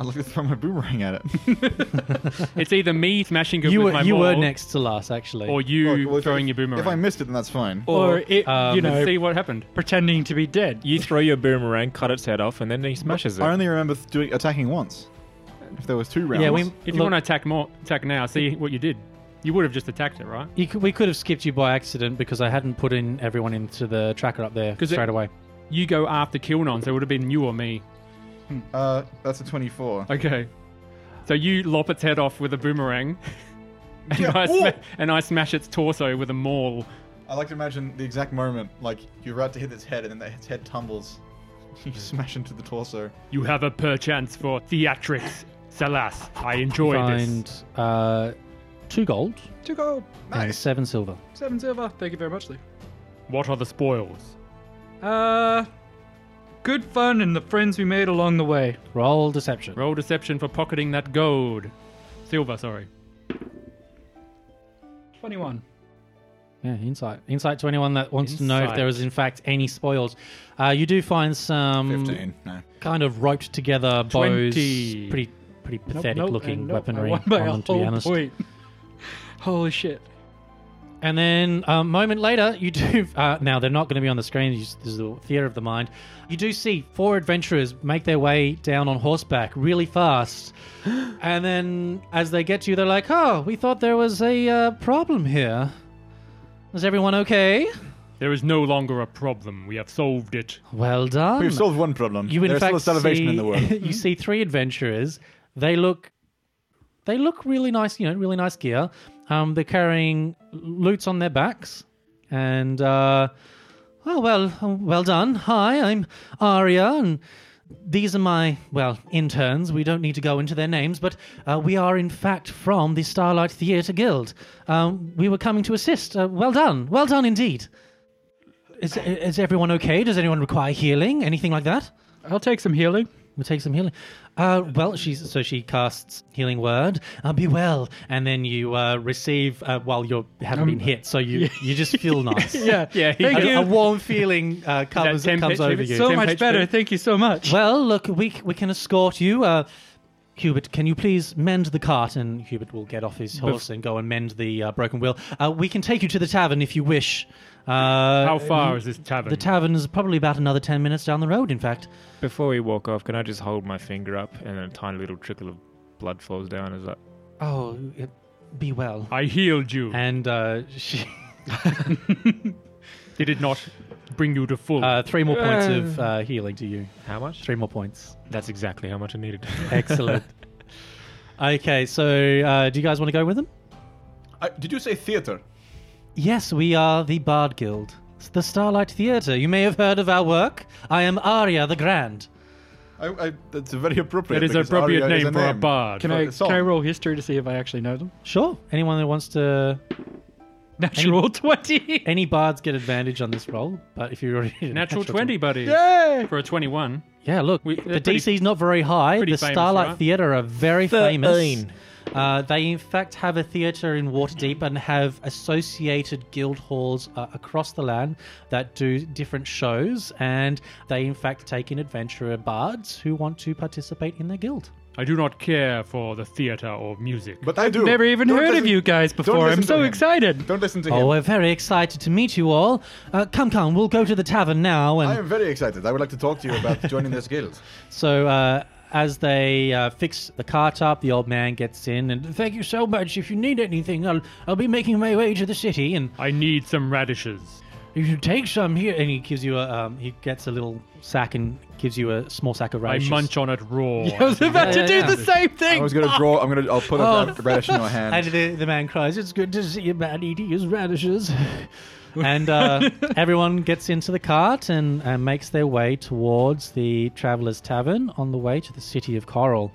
Speaker 4: I'd like to throw my boomerang at it.
Speaker 3: It's either me smashing it
Speaker 1: You
Speaker 3: with
Speaker 1: were
Speaker 3: my
Speaker 1: you were
Speaker 3: maul
Speaker 1: next to last, actually.
Speaker 3: or you
Speaker 4: Well, if-
Speaker 3: throwing your boomerang.
Speaker 4: If I missed it, then that's fine.
Speaker 2: Or, uh,
Speaker 1: Or,
Speaker 2: it, you
Speaker 1: um,
Speaker 2: know,
Speaker 3: See what happened.
Speaker 2: pretending to be dead.
Speaker 5: You throw your boomerang, cut its head off, and then he smashes it.
Speaker 4: I only remember th- doing, attacking once. If there was two rounds.
Speaker 1: yeah, we,
Speaker 3: If you
Speaker 1: look,
Speaker 3: want to attack more, attack now. See what you did. You would have just attacked it, right?
Speaker 1: you could, we could have skipped you by accident because I hadn't put in everyone into the tracker up there
Speaker 3: 'Cause it-
Speaker 1: straight away.
Speaker 3: You go after Kilnon, so it would have been you or me.
Speaker 4: Uh, that's a 24.
Speaker 3: Okay. So you lop its head off with a boomerang, and,
Speaker 4: Yeah.
Speaker 3: I, sma-
Speaker 4: Ooh.
Speaker 3: and I smash its torso with a maul.
Speaker 4: I like to imagine the exact moment, like you're about to hit its head, and then its head tumbles. You smash into the torso.
Speaker 3: You have a perchance for theatrics, Salas. I enjoy
Speaker 1: find
Speaker 3: this.
Speaker 1: uh, two gold
Speaker 2: Two gold,
Speaker 1: and seven silver.
Speaker 2: seven silver. Thank you very much, Lee.
Speaker 3: What are the spoils?
Speaker 2: Uh, good fun and the friends we made along the way.
Speaker 1: Roll deception.
Speaker 3: Roll deception for pocketing that gold, silver. Sorry.
Speaker 2: Twenty-one.
Speaker 1: Yeah, insight. Insight to anyone that wants to know if
Speaker 3: Insight.
Speaker 1: there is in fact any spoils. Uh, you do find some
Speaker 4: No.
Speaker 1: kind of roped together bows,
Speaker 3: 20.
Speaker 1: pretty pretty
Speaker 2: Nope,
Speaker 1: pathetic
Speaker 2: nope,
Speaker 1: looking
Speaker 2: and nope.
Speaker 1: weaponry.
Speaker 2: I won by
Speaker 1: on
Speaker 2: a
Speaker 1: them, to be
Speaker 2: whole
Speaker 1: honest.
Speaker 2: point. Holy shit!
Speaker 1: And then uh, a moment later, you do. Uh, now they're not going to be on the screen. you just- This is the theater of the mind. You do see four adventurers make their way down on horseback really fast, and then as they get to you, they're like, "Oh, we thought there was a uh, problem here. Is everyone okay?
Speaker 3: There is no longer a problem. We have solved it.
Speaker 1: Well done.
Speaker 4: We've solved one problem.
Speaker 1: you in
Speaker 4: There's
Speaker 1: fact
Speaker 4: still a starvation
Speaker 1: see,
Speaker 4: in the world.
Speaker 1: you see three adventurers. They look, they look really nice. You know, really nice gear. Um, they're carrying loots on their backs, and uh, oh well, well done. Hi, I'm Aria, and these are my well interns. We don't need to go into their names, but uh, we are in fact from the Starlight Theatre Guild. Um, we were coming to assist. Uh, well done, well done indeed. Is, is everyone okay? Does anyone require healing? Anything like that?
Speaker 2: I'll take some healing.
Speaker 1: We'll take some healing. Uh, well, she's so she casts healing word. Uh, be well, and then you uh, receive uh, while you haven't been hit, so you you just feel nice.
Speaker 2: Um, Yeah,
Speaker 3: Yeah, he
Speaker 2: Thank
Speaker 1: a,
Speaker 3: does.
Speaker 2: you.
Speaker 1: a warm feeling uh, comes,
Speaker 3: 10
Speaker 1: comes
Speaker 3: pitch
Speaker 1: over
Speaker 3: if it's
Speaker 1: you.
Speaker 2: so
Speaker 3: Tim
Speaker 2: much
Speaker 3: H.
Speaker 2: better.
Speaker 3: Pitt.
Speaker 2: Thank you so much.
Speaker 1: well, look, we c- we can escort you. Uh, Hubert, can you please mend the cart? And Hubert will get off his horse and go and mend the uh, broken wheel. Uh, we can take you to the tavern if you wish. Uh,
Speaker 3: How far is this tavern?
Speaker 1: The tavern is probably about another ten minutes down the road. In fact,
Speaker 5: Before we walk off, can I just hold my finger up and a tiny little trickle of blood falls down? Is that
Speaker 1: oh, it- be well.
Speaker 3: I healed you.
Speaker 1: and uh, she,
Speaker 3: Did it not bring you to full?
Speaker 1: uh, three more points of uh, healing to you.
Speaker 5: how much?
Speaker 1: Three more points.
Speaker 5: That's exactly how much I needed.
Speaker 1: Excellent. okay, so uh, do you guys want to go with them?
Speaker 4: I, did you say theater?
Speaker 1: Yes, we are the Bard Guild, It's the Starlight Theatre. You may have heard of our work. I am Aria the Grand.
Speaker 4: I, I, that's a very appropriate.
Speaker 3: it is an
Speaker 4: because
Speaker 3: appropriate
Speaker 4: Aria is
Speaker 3: name for a
Speaker 4: name.
Speaker 3: bard.
Speaker 2: Can
Speaker 4: for
Speaker 2: I
Speaker 4: the song.
Speaker 2: can I roll history to see if I actually know them?
Speaker 1: Sure. Anyone that wants to,
Speaker 2: Natural twenty.
Speaker 1: any bards get advantage on this roll, but if you already
Speaker 3: Natural 20, buddy.
Speaker 2: Yay!
Speaker 3: For a 21.
Speaker 1: yeah. Look,
Speaker 3: We-
Speaker 1: the
Speaker 3: they're pretty-
Speaker 1: DC's not very high.
Speaker 3: pretty
Speaker 1: The
Speaker 3: famous,
Speaker 1: Starlight
Speaker 3: right?
Speaker 1: Theatre are very famous.
Speaker 5: Thirteen.
Speaker 1: Uh, they, in fact, have a theatre in Waterdeep and have associated guild halls uh, across the land that do different shows. And they, in fact, take in adventurer bards who want to participate in their guild.
Speaker 3: I do not care for the theater or music.
Speaker 4: But I do.
Speaker 2: Never even
Speaker 4: Don't
Speaker 2: heard
Speaker 4: listen-
Speaker 2: of you guys before.
Speaker 4: listen
Speaker 2: I'm
Speaker 4: to
Speaker 2: so
Speaker 4: him.
Speaker 2: excited.
Speaker 4: Don't listen to him.
Speaker 1: Oh, we're very excited to meet you all. Uh, come, come, we'll go to the tavern now. And
Speaker 4: I am very excited. I would like to talk to you about joining this guild.
Speaker 1: So uh, as they uh, fix the cart up, the old man gets in and thank you so much. If you need anything, I'll I'll be making my way to the city, and
Speaker 3: I need some radishes.
Speaker 1: you should take some here. And he gives you a um, he gets a little sack and gives you a small sack of radishes.
Speaker 3: I munch on it raw.
Speaker 2: I was about
Speaker 1: Oh, Yeah,
Speaker 2: to
Speaker 1: yeah,
Speaker 2: do the same
Speaker 4: I
Speaker 2: thing.
Speaker 4: was gonna draw. I'm gonna. I'll put a
Speaker 1: Oh.
Speaker 4: radish in your
Speaker 1: And
Speaker 4: hand.
Speaker 1: the, the man cries, "It's good to see a man eating his radishes." and uh, everyone gets into the cart and, and makes their way towards the Traveller's Tavern on the way to the city of Coral.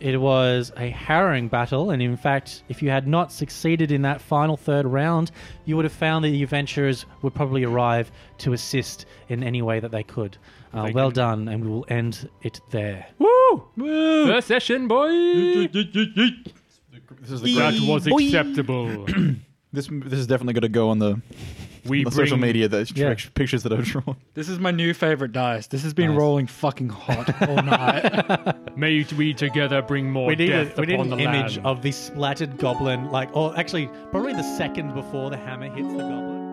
Speaker 1: It was a harrowing battle, and in fact, if you had not succeeded in that final third round, you would have found that the adventurers would probably arrive to assist in any way that they could. Uh, well done, and we will end it there.
Speaker 3: Woo! First session, boy!
Speaker 4: This is the
Speaker 3: that
Speaker 4: great-
Speaker 3: was
Speaker 1: Boy.
Speaker 3: acceptable.
Speaker 4: This this is definitely gonna go on the,
Speaker 3: we
Speaker 4: the
Speaker 3: bring
Speaker 4: social media. The tr-
Speaker 1: Yeah.
Speaker 4: pictures that I've drawn.
Speaker 2: This is my new favorite dice. This has been
Speaker 1: Nice.
Speaker 2: rolling fucking hot all night.
Speaker 3: May we together bring more
Speaker 1: We need, a,
Speaker 3: death
Speaker 1: we need
Speaker 3: upon
Speaker 1: an
Speaker 3: the
Speaker 1: image
Speaker 3: land.
Speaker 1: of the splattered goblin, like, or actually, probably the second before the hammer hits the goblin.